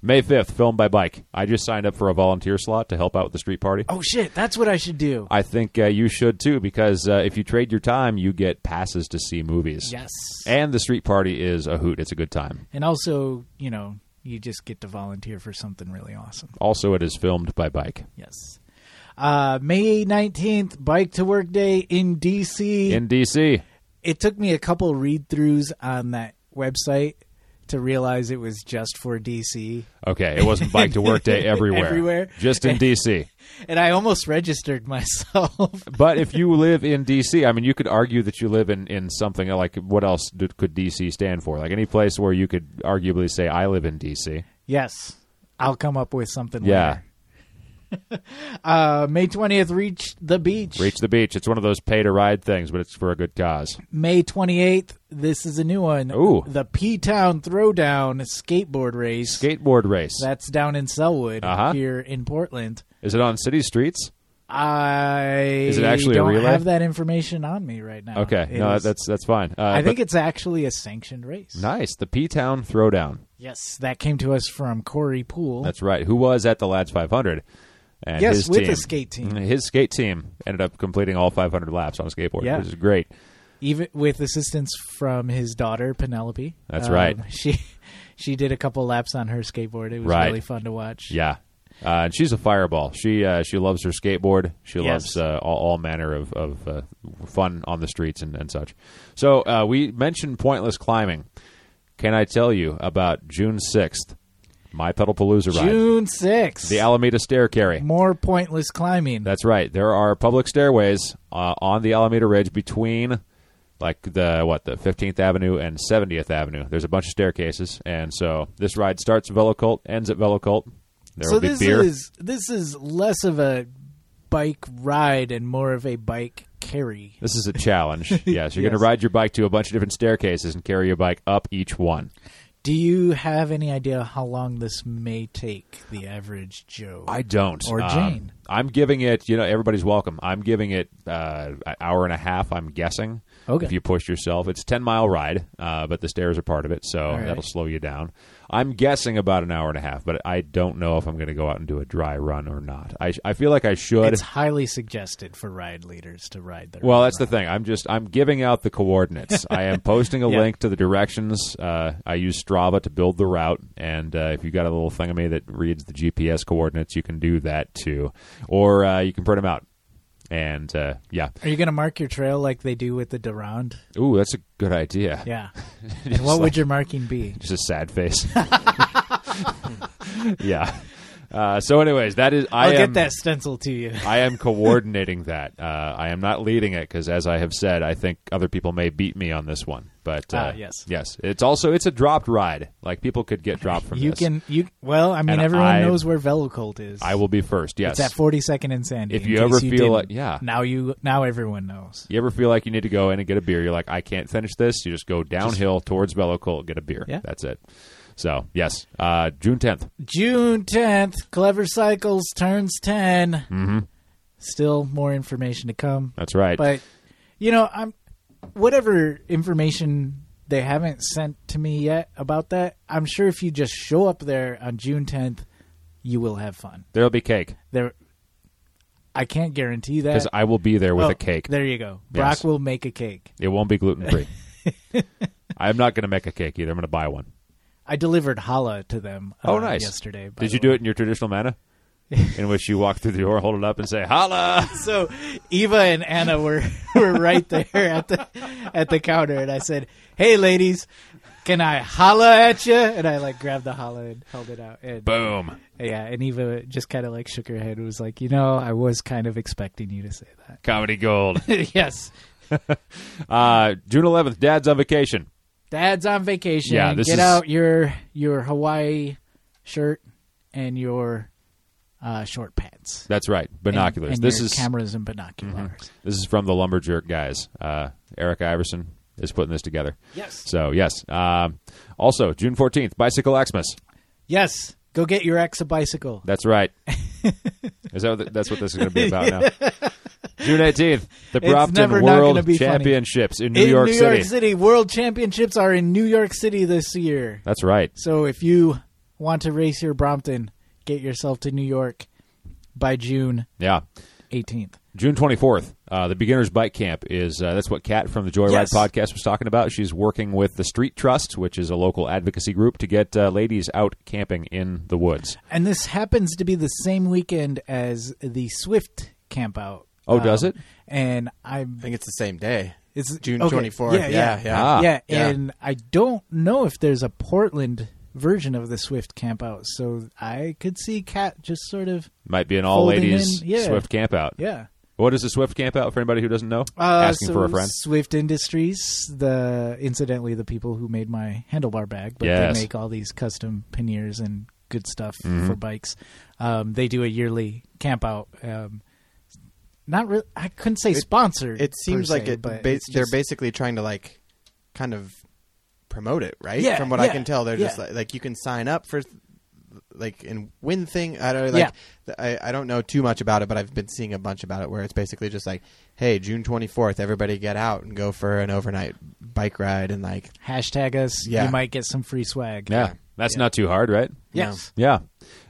May 5th, film by bike. I just signed up for a volunteer slot to help out with the street party.
Oh shit, that's what I should do.
I think uh, you should too because uh, if you trade your time, you get passes to see movies.
yes.
And the street party is a hoot. It's a good time.
And also, you know, you just get to volunteer for something really awesome.
Also, it is filmed by bike.
Yes. Uh, May 19th, Bike to Work Day in DC.
In D.C.,
it took me a couple read throughs on that website to realize it was just for DC.
okay, it wasn't bike to work day everywhere.
Everywhere.
Just in D.C.
And I almost registered myself.
But if you live in D.C., I mean, you could argue that you live in, in something like what else d- could D.C. stand for? Like any place where you could arguably say, I live in D.C.
yes. I'll come up with something
Yeah.
later. Uh, May 20th, Reach the Beach.
Reach the beach. It's one of those pay to ride things, but it's for a good cause.
May 28th, this is a new one.
Ooh.
The P Town Throwdown Skateboard Race.
Skateboard race.
That's down in Selwood
Uh-huh.
here in Portland.
Is it on city streets?
I
it actually a
don't
relay?
have that information on me right now.
Okay.
Uh, It
no,
is-
that's that's fine. Uh,
I
but-
think it's actually a sanctioned race.
nice. The P Town Throwdown.
Yes, that came to us from Corey Poole.
That's right. Who was at the Lads 500? And
Yes,
his
with
team,
the skate team.
His skate team ended up completing all 500 laps on a skateboard,
Yeah.
which is great.
even with assistance from his daughter Penelope. Um,
That's right.
She she did a couple laps on her skateboard. It was
Right.
really fun to watch.
Yeah. Uh, and she's a fireball. She uh, she loves her skateboard. She
Yes.
loves uh, all, all manner of, of uh, fun on the streets and, and such. So uh, we mentioned pointless climbing. Can I tell you about June sixth? My pedal palooza ride,
June Mm. sixth.
the Alameda Stair Carry.
more pointless climbing.
That's right. There are public stairways uh, on the Alameda Ridge between like the what the 15th Avenue and 70th Avenue. There's a bunch of staircases, and so this ride starts at Velocult, ends at Velocult. There
so
will be
this
beer.
is this is less of a bike ride and more of a bike carry.
This is a challenge. yes, you're going
Yes.
to ride your bike to a bunch of different staircases and carry your bike up each one.
Do you have any idea how long this may take the average Joe?
I don't. Um,
Or Jane.
I'm giving it, you know, everybody's welcome. I'm giving it uh, an hour and a half, I'm guessing.
Okay.
If you push yourself, it's a 10 mile ride, uh, but the stairs are part of it, so
right.
that'll slow you down. I'm guessing about an hour and a half, but I don't know if I'm going to go out and do a dry run or not. I, I feel like I should.
it's highly suggested for ride leaders to ride their
Well,
own
that's the thing. I'm just I'm giving out the coordinates. I am posting a
Yeah.
link to the directions. Uh, I use Strava to build the route, and uh, if you got a little thing of me that reads the GPS coordinates, you can do that too, or uh, you can print them out. And uh, yeah,
Are you going to mark your trail like they do with the Durand?
ooh, that's a good idea.
Yeah.
Just
and what
like-
would your marking be?
just a sad face. yeah. Uh, so, anyways, that is I
I'll
am-
get that stencil to you.
I am coordinating that. Uh, I am not leading it because, as I have said, I think other people may beat me on this one. But uh,
Ah, yes.
yes, it's also it's a dropped ride. Like people could get dropped from
You
this.
can you well, I mean
And
everyone
I-
knows where Velocolt is.
I will be first. Yes.
It's at 42nd and Sandy.
If
in
you
case
ever feel
didn't.
like- yeah.
Now you now everyone knows.
you ever feel like you need to go in and get a beer? You're like, I can't finish this. You just go downhill towards Bello Colt, get a beer.
Yeah.
That's it. So yes, uh, June tenth.
June 10th, Clever Cycles turns 10. Mm-hmm. Still more information to come.
That's right.
But you know, I'm whatever information they haven't sent to me yet about that. I'm sure if you just show up there on June 10th, you will have fun.
There'll be cake
There, I can't guarantee that
because I will be there with
Oh,
a cake.
There you go. Brock
Yes.
will make a cake.
It won't be gluten free. I'm not going to make a cake either. I'm going to buy one.
I delivered challah to them. uh,
Oh, nice.
Yesterday, by
Did
the
you do
way.
it in your traditional manner? in which you walk through the door, hold it up, and say "Holla!"
So Eva and Anna were were right there at the at the counter, and I said, "Hey, ladies, can I holla at you?" And I like grabbed the holla and held it out, and
Boom!
Yeah, and Eva just kind of like shook her head and was like, you know, I was kind of expecting you to say
Comedy gold.
that. yes.
Uh, June 11th, Dad's on vacation.
Dad's on vacation.
Yeah, this
Get
is-
out your your Hawaii shirt and your uh, short pants.
That's right. Binoculars.
And, and
this
your
is Mm-hmm.
cameras and binoculars.
this is from the Lumberjerk guys. Uh, Eric Iverson, is putting this together.
Yes.
So yes. Um, also, June fourteenth, Bicycle Xmas.
Yes. Go get your ex a bicycle.
That's right. is that what th- that's what this is going to be about now? June eighteenth, the
It's never
Brompton
not gonna
World
be funny.
Championships in New
in
York
New
City.
York City. World Championships are in New York City this year.
That's right.
So if you want to race your Brompton, get yourself to New York by June
Yeah.
18th.
June 24th, uh, the beginners bike camp is uh, that's what Kat from the Joyride
Yes.
podcast was talking about. She's working with the Street Trust, which is a local advocacy group, to get uh, ladies out camping in the woods.
And this happens to be the same weekend as the Swift campout.
Oh, does it?
And I
I think it's the same day.
it's
June
okay,
24th.
Yeah, yeah,
Yeah, yeah.
Ah.
yeah.
Yeah.
And I don't know if there's a Portland version of the Swift campout, so I could see Kat just sort of
Might be an all
Folding
ladies
in, yeah.
Swift camp out.
yeah.
What is a Swift camp out for anybody who doesn't know?
Uh,
Asking
so
for a friend.
Swift Industries, the incidentally the people who made my handlebar bag, but
Yes. Mm-hmm.
they make all these custom panniers and good stuff for bikes. Um, they do a yearly camp out. Um, not really, I couldn't say
It-
sponsored.
It seems
per se,
like it.
but
ba-
it's
they're
just-
basically trying to like, kind of promote it, right?
Yeah,
From what I
yeah,
can tell, they're just
yeah.
like, like you can sign up for, like and win thing. I don't like. th- I, I don't know too much about it, but I've been seeing a bunch about it where it's basically just like, hey, June twenty fourth, everybody get out and go for an overnight bike ride and like,
hashtag us.
Yeah.
You might get some free swag.
yeah. That's not too hard, right?
Yes.
Yeah.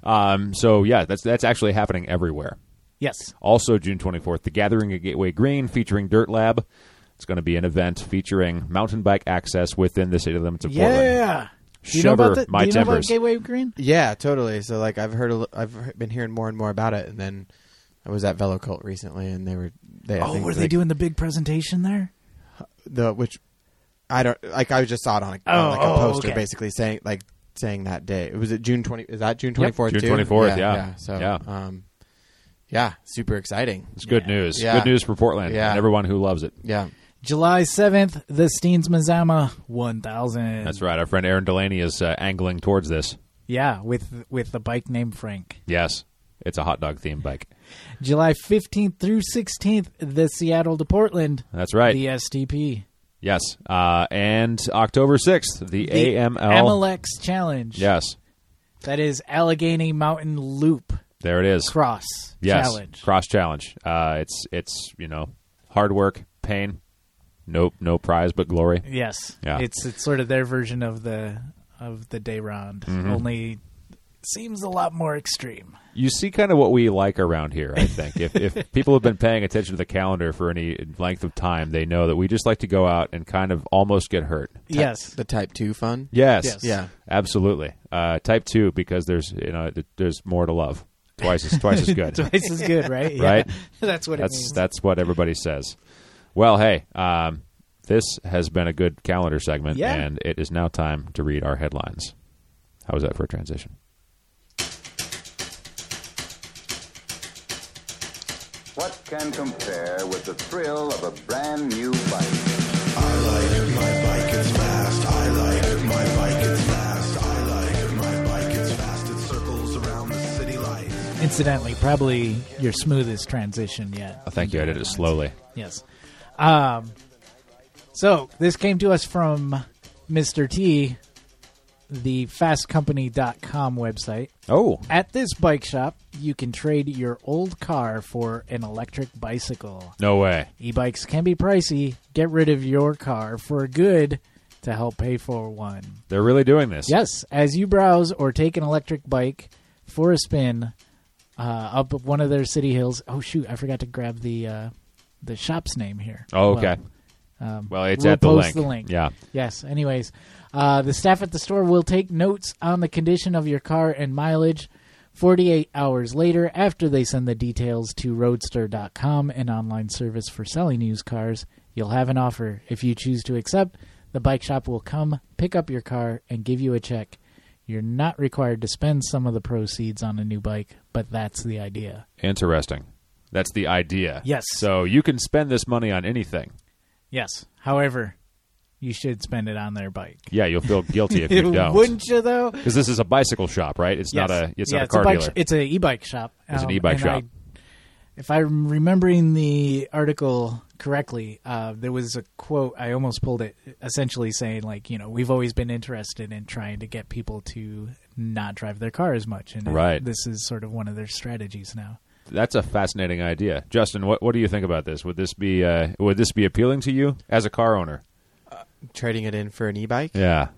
Um, so yeah, that's that's actually happening everywhere.
Yes.
Also, June 24th, The Gathering at Gateway Green featuring Dirt Lab. It's going to be an event featuring mountain bike access within the city limits of Portland.
Yeah. Do you know
Shudder
about the,
my
do you know about
timbers.
Gateway Green?
yeah, totally. So like, I've heard, a l- I've he- been hearing more and more about it, and then I was at Velocult recently, and they were, they, I
oh,
think
were they, doing the big presentation there?
the which I don't like. I just saw it on a,
Oh,
on like a
oh,
poster,
okay.
basically saying like saying that day. Was it June twenty? Is that June twenty fourth?
June 24th, yeah.
So
Yeah.
um, yeah, super exciting.
It's good news.
Yeah.
Good news for Portland
Yeah.
and everyone who loves it.
Yeah,
July 7th, the Steens Mazama 1000.
That's right. Our friend Aaron Delaney is uh, angling towards this.
Yeah, with with the bike named Frank.
Yes, it's a hot dog themed bike.
July 15th through 16th, the Seattle to Portland,
That's right.
the uh, STP.
Yes. Uh, and October 6th, the,
The
AML.
AMLX Challenge.
Yes.
That is Allegheny Mountain Loop
There it is.
Cross
yes.
Challenge.
Cross challenge. Uh, it's, it's, you know, hard work, pain. Nope. No prize but glory.
Yes.
Yeah.
It's it's sort of their version of the of the day round.
Mm-hmm.
Only seems a lot more extreme.
you see kind of what we like around here i think if, if people have been paying attention to the calendar for any length of time they know that we just like to go out and kind of almost get hurt
yes.
the Type Two fun.
yes,
Yes.
Yeah.
absolutely uh, type two because there's you know th- there's more to love twice as twice as good
Twice is good, right? Yeah.
Right.
That's what it
that's
means.
that's what everybody says well hey um, this has been a good calendar segment
Yeah.
and it is now time to read our headlines how was that for a transition
What can compare with the thrill of a brand new bike?
Incidentally, probably your smoothest transition yet.
oh, thank you i did it slowly
Yes. Um, so this came to us from Mr. T, the fastcompany.com website.
oh
At this bike shop, you can trade your old car for an electric bicycle.
no way
E bikes can be pricey. Get rid of your car for good to help pay for one.
they're really doing this
Yes, as you browse or take an electric bike for a spin uh, up one of their city hills. Oh shoot, I forgot to grab the uh, the shop's name here.
Oh,
Well,
okay.
um,
Well, it's
we'll
at the
post
link.
the link.
Yeah.
Yes. Anyways, uh, the staff at the store will take notes on the condition of your car and mileage 48 hours later after they send the details to roadster.com, an online service for selling used cars. You'll have an offer. If you choose to accept, the bike shop will come pick up your car and give you a check. You're not required to spend some of the proceeds on a new bike, but that's the idea.
Interesting. That's the idea.
Yes.
So you can spend this money on anything.
Yes. However, you should spend it on their bike.
Yeah, you'll feel guilty if you don't.
Wouldn't you though?
Because this is a bicycle shop, right? It's not
Yes.
a it's
Yeah,
not a car
bike
dealer.
sh- it's an e-bike shop.
It's an
Um,
e-bike
and
shop.
I- if I'm remembering the article correctly, uh, there was a quote I almost pulled it, essentially saying like, you know, we've always been interested in trying to get people to not drive their car as much, and
Right.
this is sort of one of their strategies now.
That's a fascinating idea, Justin. What what do you think about this? Would this be uh, would this be appealing to you as a car owner?
Trading it in for an e-bike.
Yeah,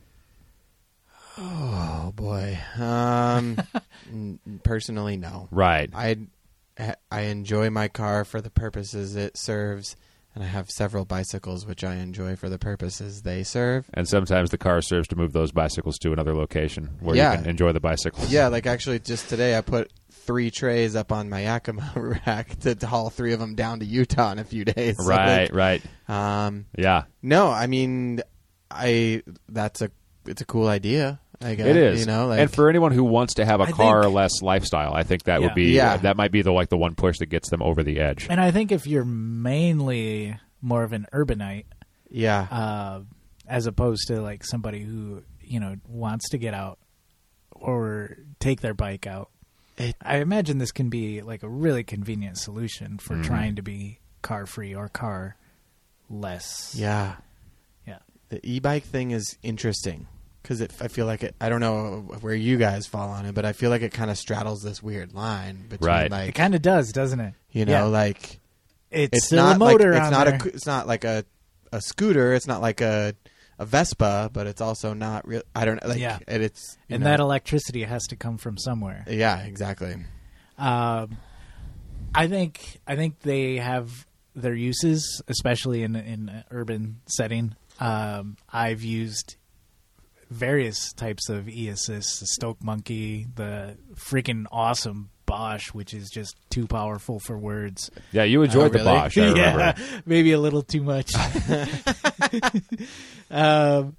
Oh boy. Um, n- personally, no.
right.
I I enjoy my car for the purposes it serves, and I have several bicycles which I enjoy for the purposes they serve.
And sometimes the car serves to move those bicycles to another location where
Yeah.
you can enjoy the bicycles.
Yeah, like actually, just today I put three trays up on my Yakima rack to haul three of them down to Utah in a few days. So,
right,
like,
right.
um,
Yeah,
no, I mean, I that's a it's a cool idea. I guess
it is.
You know, like
and for anyone who wants to have a
I
car
think-
less lifestyle, I think that
Yeah.
would be
Yeah.
that might be the like the one push that gets them over the edge.
And I think if you're mainly more of an urbanite,
yeah,
uh, as opposed to like somebody who you know wants to get out or take their bike out.
It-
I imagine this can be like a really convenient solution for
Mm-hmm.
trying to be car free or car less.
yeah.
yeah.
the e-bike thing is interesting because I feel like it. I don't know where you guys fall on it, but I feel like it kind of straddles this weird line between
Right.
It
like
kind of does, doesn't it?
you know
Yeah.
like
it's,
it's
still
not
a motor.
like it's
on
not
there.
a it's not like a a scooter. It's not like a a Vespa, but it's also not real. I don't know. Like,
Yeah.
and it's you
and
know-
that electricity has to come from somewhere.
yeah, exactly.
Um, I think I think they have their uses, especially in in an urban setting. Um, I've used various types of e-assist, the Stoke Monkey, the freaking awesome Bosch, which is just too powerful for words.
Yeah, you enjoyed the
Oh, really?
Bosch. I remember.
maybe a little too much. um,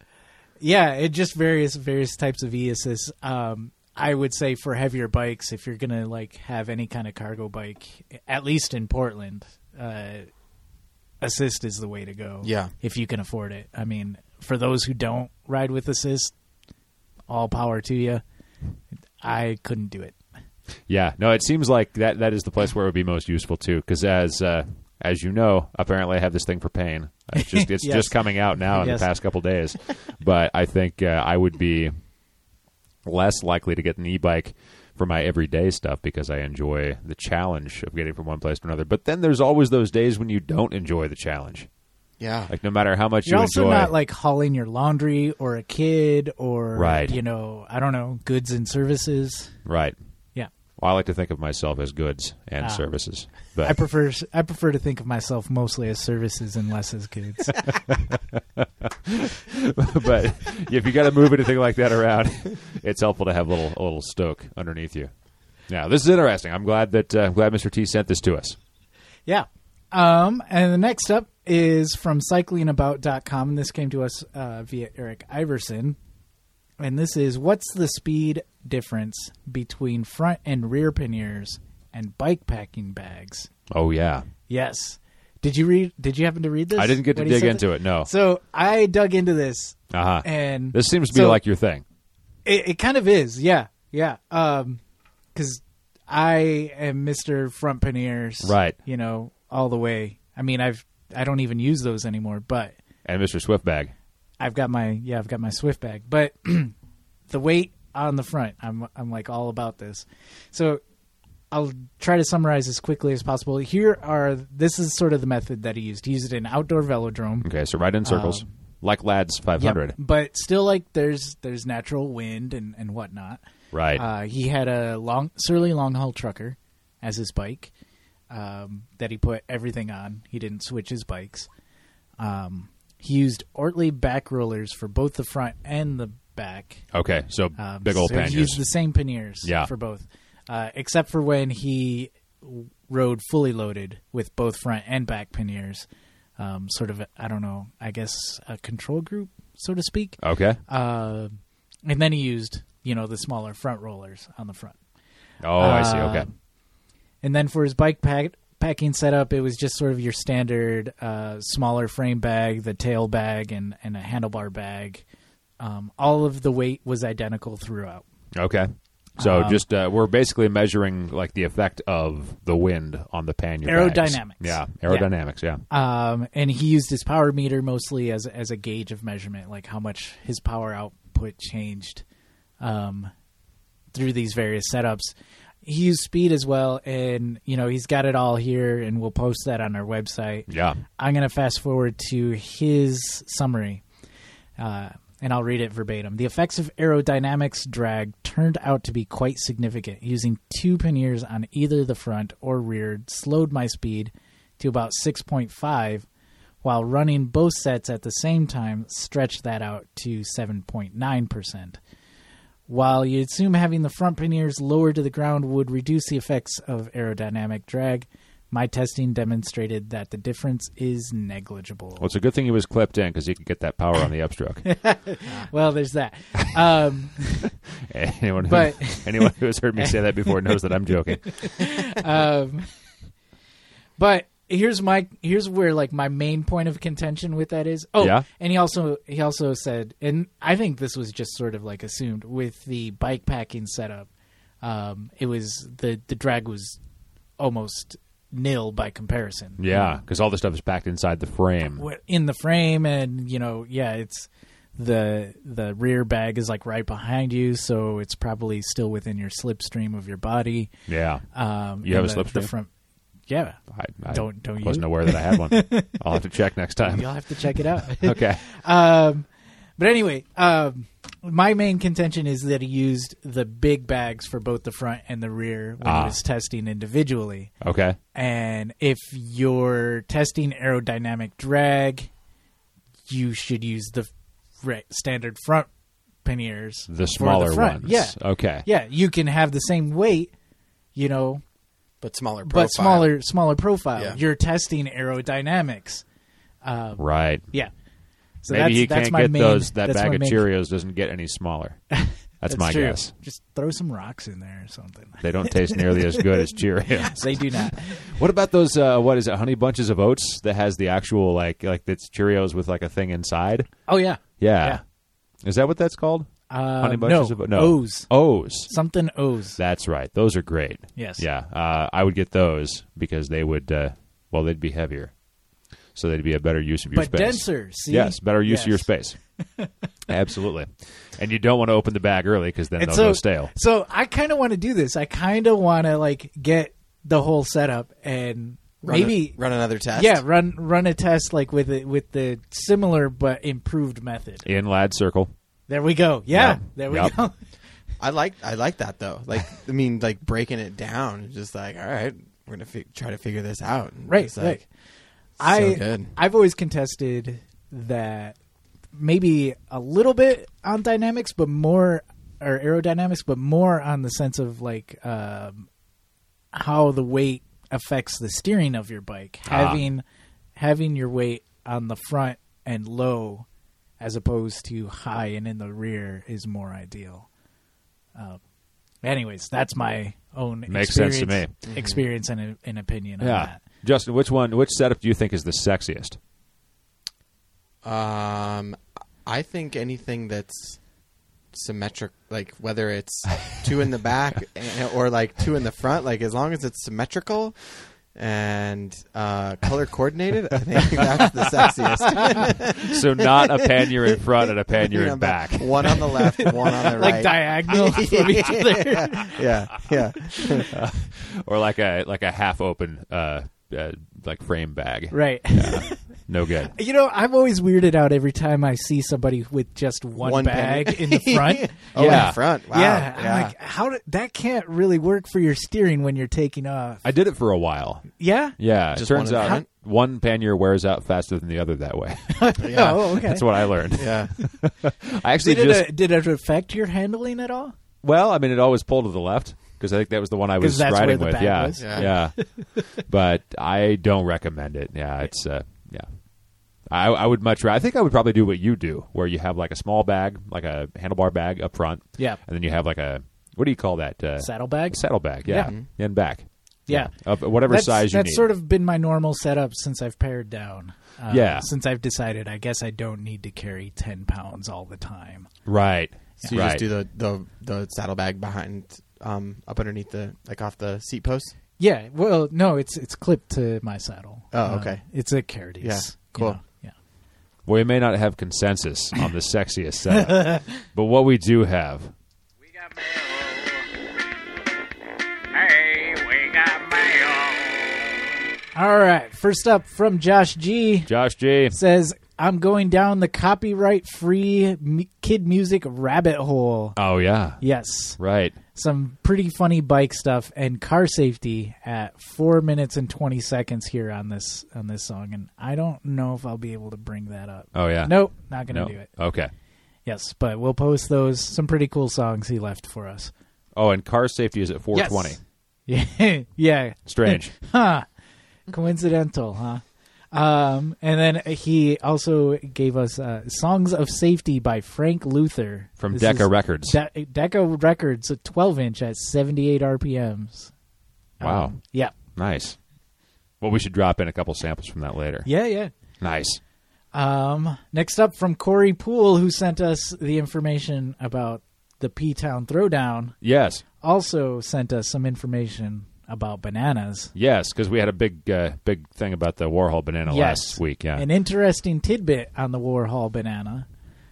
yeah, it just various various types of e-assist. Um, I would say for heavier bikes, if you're gonna like have any kind of cargo bike, at least in Portland, uh, assist is the way to go.
Yeah.
if you can afford it. I mean, for those who don't ride with assist, all power to you. I couldn't do it.
Yeah, no, it seems like that that is the place where it would be most useful too, because as uh, as you know, apparently I have this thing for pain. It's just it's
Yes.
just coming out now in
Yes.
the past couple days, but I think uh, I would be less likely to get an e-bike for my everyday stuff because I enjoy the challenge of getting from one place to another. But then there's always those days when you don't enjoy the challenge.
Yeah,
Like no matter how much
You're
you
also
enjoy,
not like hauling your laundry or a kid or
Right.
you know, I don't know, goods and services.
right?
Yeah.
Well, I like to think of myself as goods and
Ah.
services, but
I prefer I prefer to think of myself mostly as services and less as goods.
but if you got to move anything like that around, it's helpful to have a little a little stoke underneath you. Now, this is interesting. I'm glad that uh, I'm glad Mr. T sent this to us.
yeah. Um and the next up is from cyclingabout.com and this came to us uh, via Eric Iverson. And this is what's the speed difference between front and rear panniers and bike packing bags?
Oh yeah,
Yes. Did you read? Did you happen to read this?
I didn't get to
when he
dig
said
into
that?
it, no.
So I dug into this,
uh huh.
and
This seems to be
so
like your thing.
It, it kind of is, yeah, yeah. Um, because I am Mister Front Panniers,
Right.
You know, all the way. I mean, I've I don't even use those anymore, but
And Mr. Swiftbag,
I've got my yeah, I've got my Swift bag, but the weight on the front, I'm I'm like all about this. So I'll try to summarize as quickly as possible. Here are this is sort of the method that he used. He used it in outdoor velodrome.
okay, so right in circles,
Um,
like lads five
Yep.
hundred,
But still like there's there's natural wind and, and whatnot.
right?
Uh, he had a long surly long haul trucker as his bike um, that he put everything on. He didn't switch his bikes. Um, he used Ortley back rollers for both the front and the back.
okay, so
Um,
big old
so He
panniers.
used the same panniers
Yeah.
for both, uh, except for when he w- rode fully loaded with both front and back panniers. Um, sort of, I don't know, I guess a control group, so to speak.
okay.
Uh, and then he used, you know, the smaller front rollers on the front.
Oh, I see.
uh,
Okay.
And then for his bike pack, packing setup, it was just sort of your standard uh, smaller frame bag, the tail bag, and, and a handlebar bag. Um, all of the weight was identical throughout.
Okay. So
Um,
just uh, we're basically measuring like the effect of the wind on the pan. Your bags.
Aerodynamics.
Yeah, aerodynamics. Yeah.
um, and he used his power meter mostly as as a gauge of measurement, like how much his power output changed um, through these various setups. He used speed as well, and you know he's got it all here, and we'll post that on our website.
yeah,
I'm going to fast forward to his summary, uh, and I'll read it verbatim. The effects of aerodynamics drag turned out to be quite significant. Using two panniers on either the front or rear slowed my speed to about 6.5, while running both sets at the same time stretched that out to 7.9%. While you'd assume having the front panniers lower to the ground would reduce the effects of aerodynamic drag, my testing demonstrated that the difference is negligible.
Well, it's a good thing he was clipped in because he could get that power on the upstroke.
Well, there's that. Um,
anyone, who,
But-
anyone who has heard me say that before knows that I'm joking.
um, but here's my here's where like my main point of contention with that is. Oh,
Yeah?
and he also he also said, and I think this was just sort of like assumed with the bike packing setup. Um, it was the the drag was almost nil by comparison.
Yeah, because all the stuff is packed inside the frame.
what- in the frame and you know yeah it's the the rear bag is like right behind you so it's probably still within your slipstream of your body
Yeah,
um
You have
and
a
the- the
slipstream?
front yeah
I, I
Don't- don't
wasn't
you?
aware that I had one. I'll have to check next time.
you'll have to check it out
Okay,
um but anyway um my main contention is that he used the big bags for both the front and the rear when
Ah.
he was testing individually
okay,
And if you're testing aerodynamic drag, you should use the re- standard front panniers.
the
for
smaller
front.
ones.
Yeah.
okay,
Yeah, you can have the same weight, you know,
but smaller profile.
but smaller smaller profile.
Yeah.
You're testing aerodynamics.
right.
Yeah. Um, So
Maybe
that's
he
that's
can't
my
get
main,
those. That
that's
bag
my
of
main-
Cheerios doesn't get any smaller. That's,
That's
my
true.
guess.
Just throw some rocks in there or something.
They don't taste nearly as good as Cheerios.
they do not.
What about those? Uh, what is it? Honey bunches of oats that has the actual like like that's Cheerios with like a thing inside.
Oh yeah.
Yeah, is that what that's called?
Uh,
honey bunches
no.
of no
O's.
O's.
Something O's.
That's right. Those are great.
Yes.
Yeah. Uh, I would get those because they would. Uh, well, they'd be heavier, so they'd be a better use of your
but
space.
denser. See?
Yes, better use of your
Yes.
space. Absolutely. And you don't want to open the bag early because then they'll go stale.
So I kind of want to do this. I kind of want to like get the whole setup and
Run a-
maybe
run another test.
yeah, run run a test like with it with the similar but improved method.
In Lad Circle.
There we go. Yeah,
Yep.
there we
Yep.
go.
I like I like that though. Like I mean, like breaking it down, just like all right, we're gonna fi- try to figure this out. And
Right,
it's
right.
like,
I
good.
I've always contested that maybe a little bit on dynamics, but more or aerodynamics, but more on the sense of like um, how the weight affects the steering of your bike.
Ah.
Having having your weight on the front and low, as opposed to high and in the rear, is more ideal. Uh, anyways, that's my own
Makes sense to
experience- Experience and an opinion on
Yeah.
that.
Justin, which one which setup do you think is the sexiest?
Um, I think anything that's symmetric, like whether it's two in the back and- or like two in the front, like as long as it's symmetrical and uh, color coordinated, I think that's the sexiest.
So not a pannier in front and a pannier in back.
One on the left, one on the
like
right.
diagonal from each other.
yeah, yeah.
Or like a like a half open uh, uh like frame bag.
Right.
No good.
You know, I'm always weirded out every time I see somebody with just one,
One
bag
penny.
in the front.
Oh,
Yeah.
in the front. Wow.
yeah, I'm like, how did, that can't really work for your steering when you're taking off.
I did it for a while.
Yeah.
Yeah.
Just
it turns
one in
out
front?
one pannier wears out faster than the other that way.
yeah.
Oh, okay.
That's what I learned.
yeah.
I actually
did, it,
just
uh, did it affect your handling at all?
Well, I mean, it always pulled to the left because I think that was the one I was
'Cause that's where
riding
the
with.
bag
yeah,
was.
yeah. but I don't recommend it. Yeah, it's uh, yeah. I, I would much rather. I think I would probably do what you do, where you have like a small bag, like a handlebar bag up front.
Yeah.
and then you have like a what do you call that? Uh,
Saddlebag?
Saddlebag. Yeah, and back.
Yeah.
of whatever
that's,
size you
That's
need.
sort of been my normal setup since I've pared down. Uh,
Yeah.
Since I've decided, I guess I don't need to carry 10 pounds all the time.
right.
So you
Right.
just do the, the the saddlebag behind, um, up underneath the like off the seat post.
Yeah, well, no, it's it's clipped to my saddle. Uh,
Oh, okay.
it's a Carides.
Yeah,
you
cool.
know, yeah.
We may not have consensus on the sexiest setup, but what we do have
We got mail. Hey, we got mail.
All right. First up from Josh G
Josh G.
says, "I'm going down the copyright-free m- kid music rabbit hole."
Oh yeah,
Yes,
right.
some pretty funny bike stuff and car safety at four minutes and twenty seconds here on this on this song, and I don't know if I'll be able to bring that up.
Oh yeah.
Nope, not gonna
no.
do it.
Okay.
Yes, but we'll post those. Some pretty cool songs he left for us.
Oh, and car safety is at four twenty.
Yeah, yeah.
Strange.
Huh. Coincidental, huh? Um, and then he also gave us uh, "Songs of Safety" by Frank Luther
From
This
Decca
is
Records.
De- Decca Records, a 12-inch at 78 RPMs.
wow.
Um, yeah,
nice. Well, we should drop in a couple samples from that later.
yeah, yeah.
Nice.
Um, next up from Corey Poole, who sent us the information about the P Town Throwdown,
Yes.
also sent us some information about bananas.
Yes, because we had a big, uh, big thing about the Warhol banana last week. Yeah.
An interesting tidbit on the Warhol banana.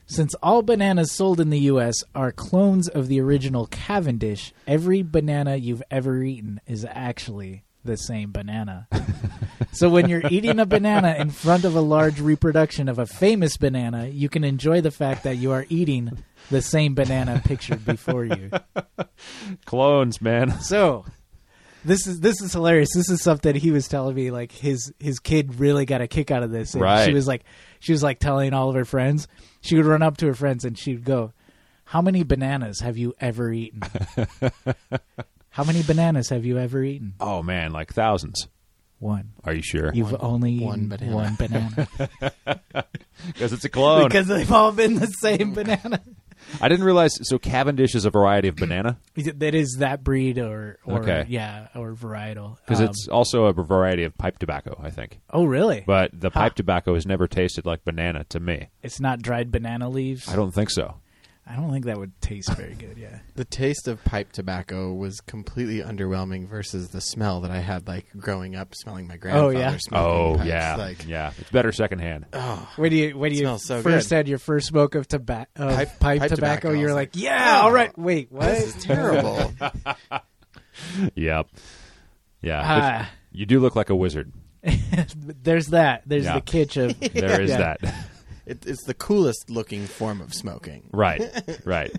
Since all bananas sold in the U.S. are clones of the original Cavendish, every banana you've ever eaten is actually the same banana. so when you're eating a banana in front of a large reproduction of a famous banana, you can enjoy the fact that you are eating the same banana pictured before you.
Clones, man.
So this is this is hilarious. This is something he was telling me. Like his his kid really got a kick out of this. And
Right.
She was like she was like telling all of her friends. She would run up to her friends and she'd go, "How many bananas have you ever eaten? How many bananas have you ever eaten?
Oh man, like thousands.
One.
Are you sure?
You've only eaten
one
one
banana."
banana. One banana
Because it's a clone.
because they've all been the same banana.
I didn't realize. So Cavendish is a variety of banana
That is that breed or, or
Okay.
yeah or varietal.
because
Um,
it's also a variety of pipe tobacco, I think.
oh really?
But the
Huh.
pipe tobacco has never tasted like banana to me.
it's not dried banana leaves.
I don't think so.
I don't think that would taste very good. Yeah.
The taste of pipe tobacco was completely underwhelming versus the smell that I had like growing up, smelling my grandfather.
Oh, yeah.
smoking
Oh
pipes.
yeah,
like
yeah. It's better secondhand.
Uh, When you when you
smells so
first
good.
had your first smoke of, toba- of
Pipe-
pipe,
pipe
tobacco,
tobacco, I
you're
was
like,
like,
yeah,
"Oh,
all right, wait, what?
this is terrible.
yep. Yeah. It's-
Ah,
you do look like a wizard.
there's that. There's
Yeah.
the kitsch of
There is
Yeah.
that.
it, it's the coolest looking form of smoking.
right. Right.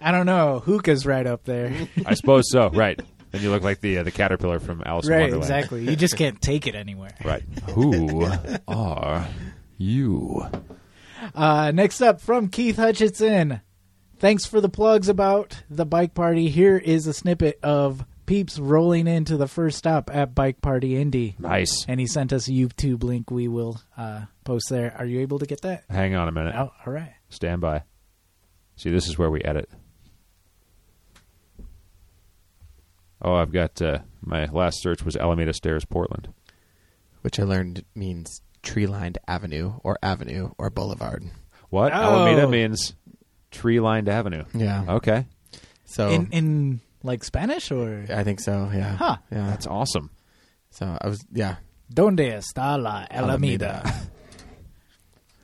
I don't know. Hookah's right up there.
I suppose so. Right. Then you look like the uh, the caterpillar from Alice in
right,
Wonderland.
exactly. You just can't take it anywhere.
Right. Who are you?
Uh, next up from Keith Hutchinson. Thanks for the plugs about the bike party. Here is a snippet of peeps rolling into the first stop at Bike Party Indy.
Nice.
And he sent us a YouTube link. We will uh, post there. Are you able to get that?
Hang on a minute.
Oh, all right.
Stand by. See, this is where we edit. Oh, I've got uh, my last search was Alameda Stairs, Portland.
which I learned means tree lined avenue or avenue or boulevard.
What?
Oh.
Alameda means tree lined avenue.
Yeah.
Okay.
So
in
Oh.
in like Spanish or
I think so. Yeah.
Huh.
Yeah.
That's awesome.
so I was yeah.
donde está la Alameda?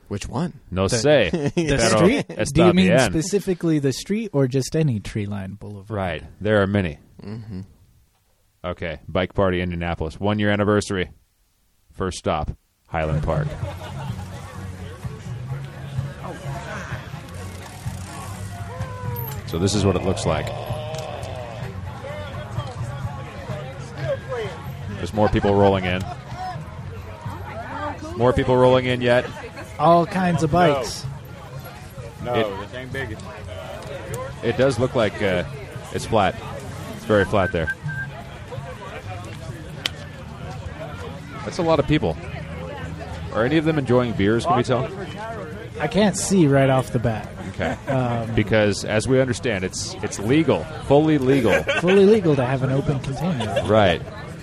Which one?
No say.
The
Pero
street?
está
Do you mean
bien.
specifically the street or just any tree line boulevard?
Right. There are many. Mm-hmm. Okay. Bike Party Indianapolis. One year anniversary. First stop, Highland Park. So this is what it looks like. There's more people rolling in. More people rolling in yet.
All kinds of bikes.
No,
It-
this ain't big.
It does look like uh, it's flat. It's very flat there. That's a lot of people. Are any of them enjoying beers? Can we tell?
I can't see right off the bat.
Okay.
Um,
because as we understand, it's it's legal, fully legal.
Fully legal to have an open container.
right.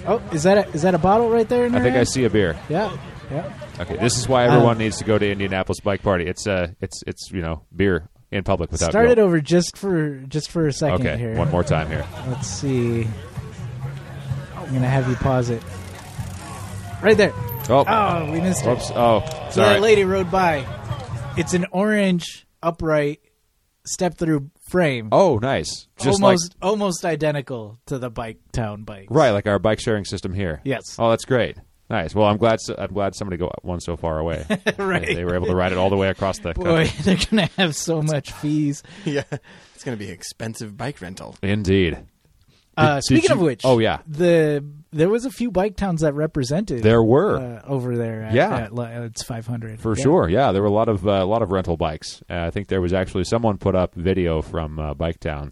Oh, is that a, is that a bottle right there? In
I
your
think I
hand?
see a beer.
Yeah, Um, yeah.
Okay. This is why everyone needs to go to Indianapolis Bike Party. It's uh, it's it's you know beer in public without
Start
guilt.
it over just for just for a second
Okay,
here.
one more time here.
Let's see. I'm gonna have you pause it. Right there.
Oh,
Oh, we missed it.
whoops. Oh,
So
sorry.
that lady rode by. It's an orange upright step through frame.
oh, nice. Just
almost almost identical to the bike town bike.
like right, like our bike sharing system here.
Yes.
Oh, that's great. Nice. Well, I'm glad. So, I'm glad somebody got one so far away.
Right.
They, they were able to ride it all the way across the
Boy,
country.
they're gonna have so much fees.
yeah, it's going to be expensive bike rental.
Indeed.
Uh,
did
speaking of
you-
which,
oh, yeah.
the there was a few bike towns that represented
There were.
uh, over there. At,
Yeah.
at, li- it's five hundred
For sure, yeah. There were a lot of uh, a lot of rental bikes. Uh, I think there was actually someone put up video from uh, Bike Town.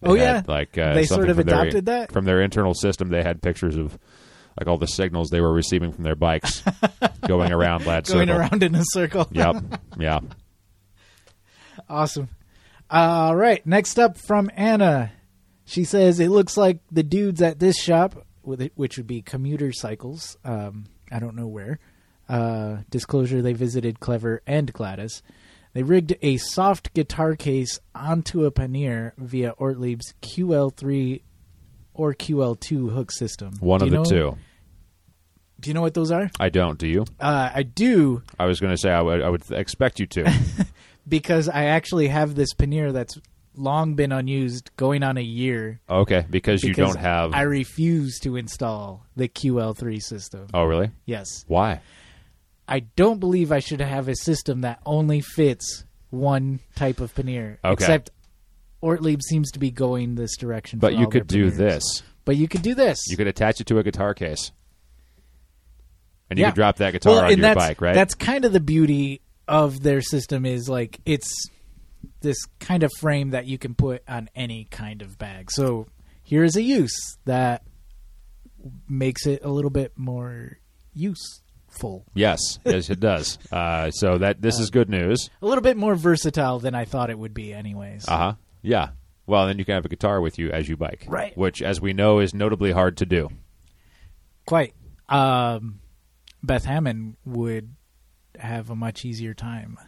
They
Oh,
had,
yeah.
like uh,
They
something
sort of
from their-
adopted that?
from their internal system. They had pictures of like all the signals they were receiving from their bikes going around Lad
Going
Circle.
around in a circle.
Yep, yeah.
Awesome. All right. Next up from Anna. She says, It looks like the dudes at this shop, with it- which would be commuter cycles, um, I don't know where. Uh, disclosure they visited Clever and Gladys. They rigged a soft guitar case onto a pannier via Ortlieb's QL3 or QL2 hook system.
One
Do
of
you
the
know-
two.
Do you know what those are?
I don't. Do you?
Uh, I do.
I was going to say I would. I would expect you to.
because I actually have this pannier that's long been unused, going on a year.
okay, because, you
because
don't have.
I refuse to install the QL3 system.
oh, really?
Yes,
Why?
I don't believe I should have a system that only fits one type of pannier.
Okay.
Except Ortlieb seems to be going this direction.
But
for
you
all their
could do
panniers.
this.
But you could do this.
You could attach it to a guitar case, and you
Yeah.
could drop that guitar
well,
on
and
your
that's,
bike, right?
That's kind of the beauty of their system is like it's this kind of frame that you can put on any kind of bag. So here is a use that makes it a little bit more useful.
Yes, yes, it does. Uh, so that this is good news.
A little bit more versatile than I thought it would be anyways.
Uh huh. Yeah. Well, then you can have a guitar with you as you bike,
Uh-huh. Right.
Which, as we know, is notably hard to do.
Quite. Um Beth Hammond would have a much easier time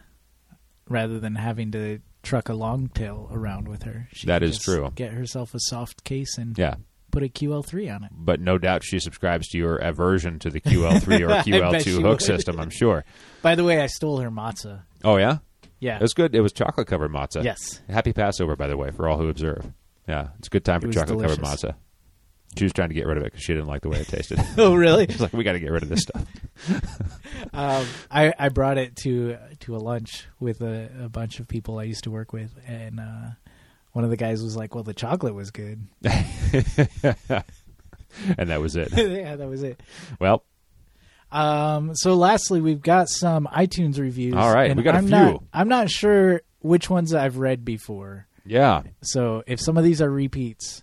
rather than having to truck a long tail around with her. She
That
could
is
just
true.
Get herself a soft case and
Yeah.
put a QL3 on it.
But no doubt she subscribes to your aversion to the QL3 or
she
QL2 hook
would.
system. I'm sure.
By the way, I stole her matzah.
Oh yeah,
Yeah.
it was good. It was chocolate covered matzah.
Yes.
Happy Passover, by the way, for all who observe. Yeah, it's a good time for
was
chocolate covered
delicious.
matzah. She was trying to get rid of it because she didn't like the way it tasted.
oh, really?
She's like, we got to get rid of this stuff.
Um, I, I brought it to to a lunch with a, a bunch of people I used to work with, and uh, one of the guys was like, "Well, the chocolate was good."
and that was it.
yeah, that was it.
Well,
Um, so, lastly, we've got some iTunes reviews.
All right,
and
we got a
I'm
few.
Not, I'm not sure which ones I've read before,
yeah.
so if some of these are repeats,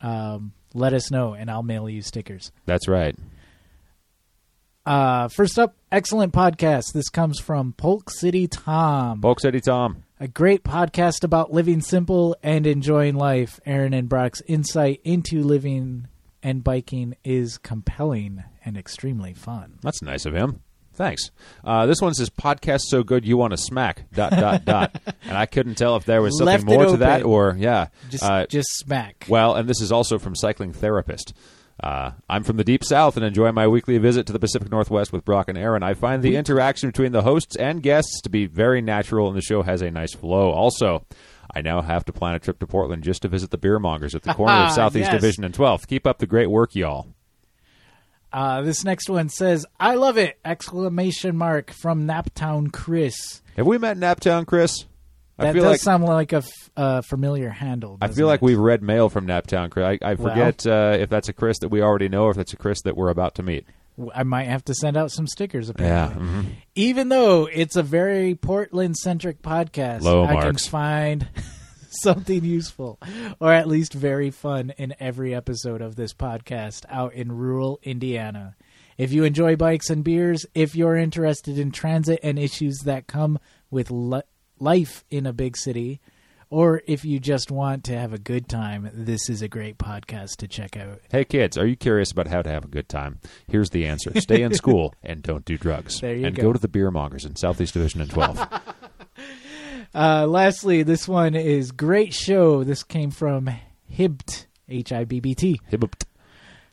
um, let us know, and I'll mail you stickers.
That's right.
Uh, first up, excellent podcast. This comes from Polk City Tom.
Bulk City Tom.
A great podcast about living simple and enjoying life. Aaron and Brock's insight into living and biking is compelling and extremely fun.
That's nice of him. Thanks. Uh, this one says podcast so good you want to smack dot dot dot, and I couldn't tell if there was something
Left it
more to that
open.
or yeah.
Just,
Uh,
just smack.
well, and this is also from cycling therapist. Uh, I'm from the deep south and enjoy my weekly visit to the Pacific Northwest with Brock and Aaron. I find the interaction between the hosts and guests to be very natural, and the show has a nice flow. Also, I now have to plan a trip to Portland just to visit the beer mongers at the corner of Southeast
Ah, Yes.
Division and 12th. Keep up the great work, y'all.
Uh, this next one says, "I love it!" Exclamation mark from Naptown Chris.
Have we met Naptown, Chris?
That
I feel
does
like
sound like a f- uh, familiar handle.
I
doesn't
feel like
it?
we've read mail from Naptown. Chris. I, I
Well.
forget uh, if that's a Chris that we already know or if that's a Chris that we're about to meet.
I might have to send out some stickers.
Yeah. mm-hmm.
Apparently. even though it's a very Portland centric podcast,
Low
I
marks.
can find something useful or at least very fun in every episode of this podcast out in rural Indiana. If you enjoy bikes and beers, if you're interested in transit and issues that come with li- life in a big city, or if you just want to have a good time, this is a great podcast to check out.
Hey, kids, are you curious about how to have a good time? Here's the answer stay in school and don't do drugs.
There you
and
go.
go. to the beer mongers in Southeast Division and 12.
Uh, lastly, this one is great show. This came from Hibt, H I B B T.
Hibbt.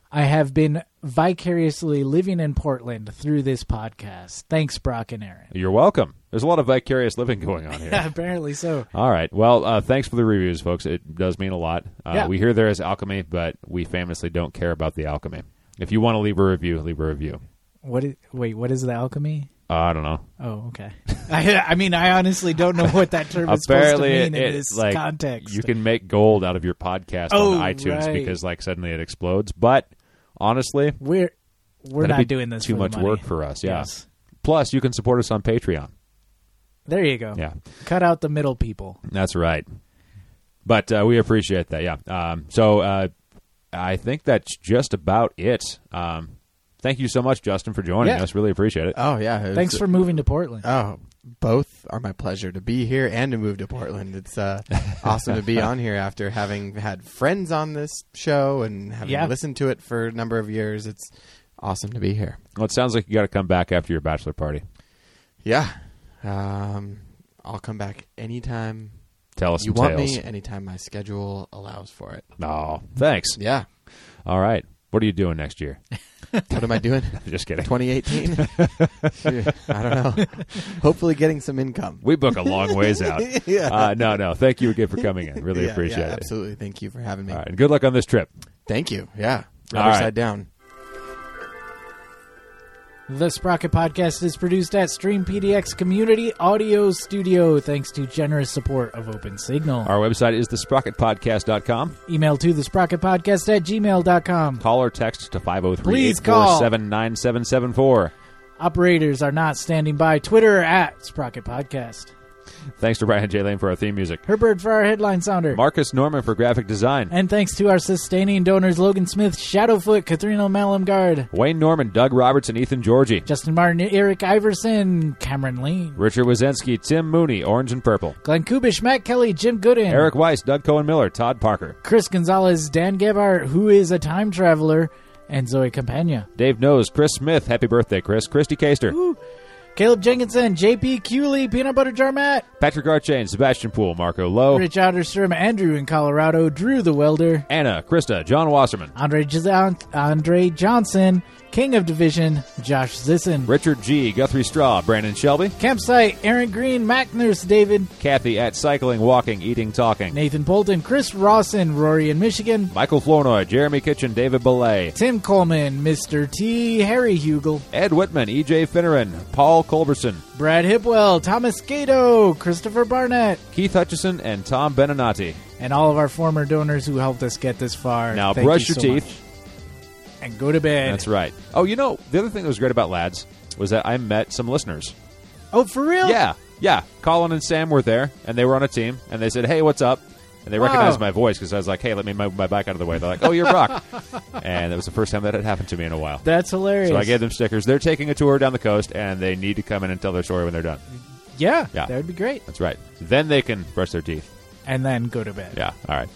I have been vicariously living in Portland through this podcast. Thanks, Brock and Aaron.
You're welcome. There's a lot of vicarious living going on here.
Apparently so.
All right. Well, uh, thanks for the reviews, folks. It does mean a lot. Uh,
Yeah.
We hear there is alchemy, but we famously don't care about the alchemy. If you want to leave a review, leave a review.
What? Is, wait, what is the alchemy?
Uh, I don't know.
Oh, okay. I, I mean, I honestly don't know what that term is supposed to
Apparently,
mean in
it-
this
like,
context.
You can make gold out of your podcast
Oh,
on iTunes
right.
because, like, suddenly it explodes. But honestly,
we're we're
that'd
not
be
doing this
too
for the
much
money.
work for us. Yeah.
Yes.
Plus, you can support us on Patreon.
There you go.
Yeah.
Cut out the middle people.
That's right. But uh, we appreciate that. Yeah. Um, so uh, I think that's just about it. Um, thank you so much, Justin, for joining
Yeah. Uh,
us. Really appreciate it.
Oh yeah. it was-
Thanks for moving to Portland.
Oh, both are my pleasure to be here and to move to Portland. It's uh, awesome to be on here after having had friends on this show and having
Yeah.
listened to it for a number of years. It's awesome to be here.
well, it sounds like you got to come back after your bachelor party.
Yeah. Um, I'll come back anytime
Tell us
you
some
want
tales.
me, anytime my schedule allows for it.
No, thanks.
Yeah.
All right. What are you doing next year?
What am I doing?
Just kidding.
2018? I don't know. Hopefully, getting some income.
We book a long ways out.
Yeah.
uh, no, no. Thank you again for coming in. Really
Yeah,
appreciate
yeah,
it.
Absolutely. Thank you for having me.
All right. And good luck on this trip.
Thank you. Yeah.
All
Rubber
right.
side down.
The Sprocket Podcast is produced at Stream PDX Community Audio Studio thanks to generous support of Open Signal.
Our website is thesprocketpodcast.com.
Email to the Sprocket Podcast at gmail.com.
Call or text to 503
Please call.
847 9774.
Operators are not standing by. Twitter at Sprocket Podcast.
Thanks to Brian J. Lane for our theme music.
Herbert for our headline sounder.
Marcus Norman for graphic design.
and thanks to our sustaining donors Logan Smith, Shadowfoot, Kathrina Malamgard,
Wayne Norman, Doug Roberts, and Ethan Georgie.
Justin Martin, Eric Iverson, Cameron Lee,
Richard Wazenski, Tim Mooney, Orange and Purple.
Glenn Kubish, Matt Kelly, Jim Gooden,
Eric Weiss, Doug Cohen Miller, Todd Parker.
Chris Gonzalez, Dan Gebhardt, who is a time traveler, and Zoe Campagna.
Dave Knows, Chris Smith, happy birthday, Chris. Christy Caster,
Caleb Jenkinson, JP Cooley, Peanut Butter Jar Matt,
Patrick Archain, Sebastian Poole, Marco Lowe,
Rich Outerstrom, Andrew in Colorado, Drew the Welder,
Anna, Krista, John Wasserman,
Andre, Giz- Andre Johnson, King of Division, Josh Zisson,
Richard G, Guthrie Straw, Brandon Shelby,
Campsite, Aaron Green, Mac Nurse David,
Kathy at Cycling, Walking, Eating, Talking,
Nathan Bolton, Chris Rawson, Rory in Michigan,
Michael Flournoy, Jeremy Kitchen, David Belay,
Tim Coleman, Mr. T, Harry Hugel,
Ed Whitman, EJ Finneran, Paul Culberson,
Brad Hipwell, Thomas Gato, Christopher Barnett,
Keith Hutchison, and Tom Beninati.
and all of our former donors who helped us get this far.
Now
Thank
brush your
you so
teeth.
much. and go to bed.
That's right. Oh, you know, the other thing that was great about Lads was that I met some listeners.
Oh, for real?
Yeah, yeah. Colin and Sam were there, and they were on a team, and they said, "Hey, what's up?" And they
Wow.
recognized my voice because I was like, "Hey, let me move my bike out of the way." They're like, "Oh, you're Brock," and it was the first time that had happened to me in a while.
That's hilarious.
so I gave them stickers. They're taking a tour down the coast, and they need to come in and tell their story when they're done.
yeah,
Yeah.
that would be great.
That's right. Then they can brush their teeth.
And then go to bed.
Yeah. All right.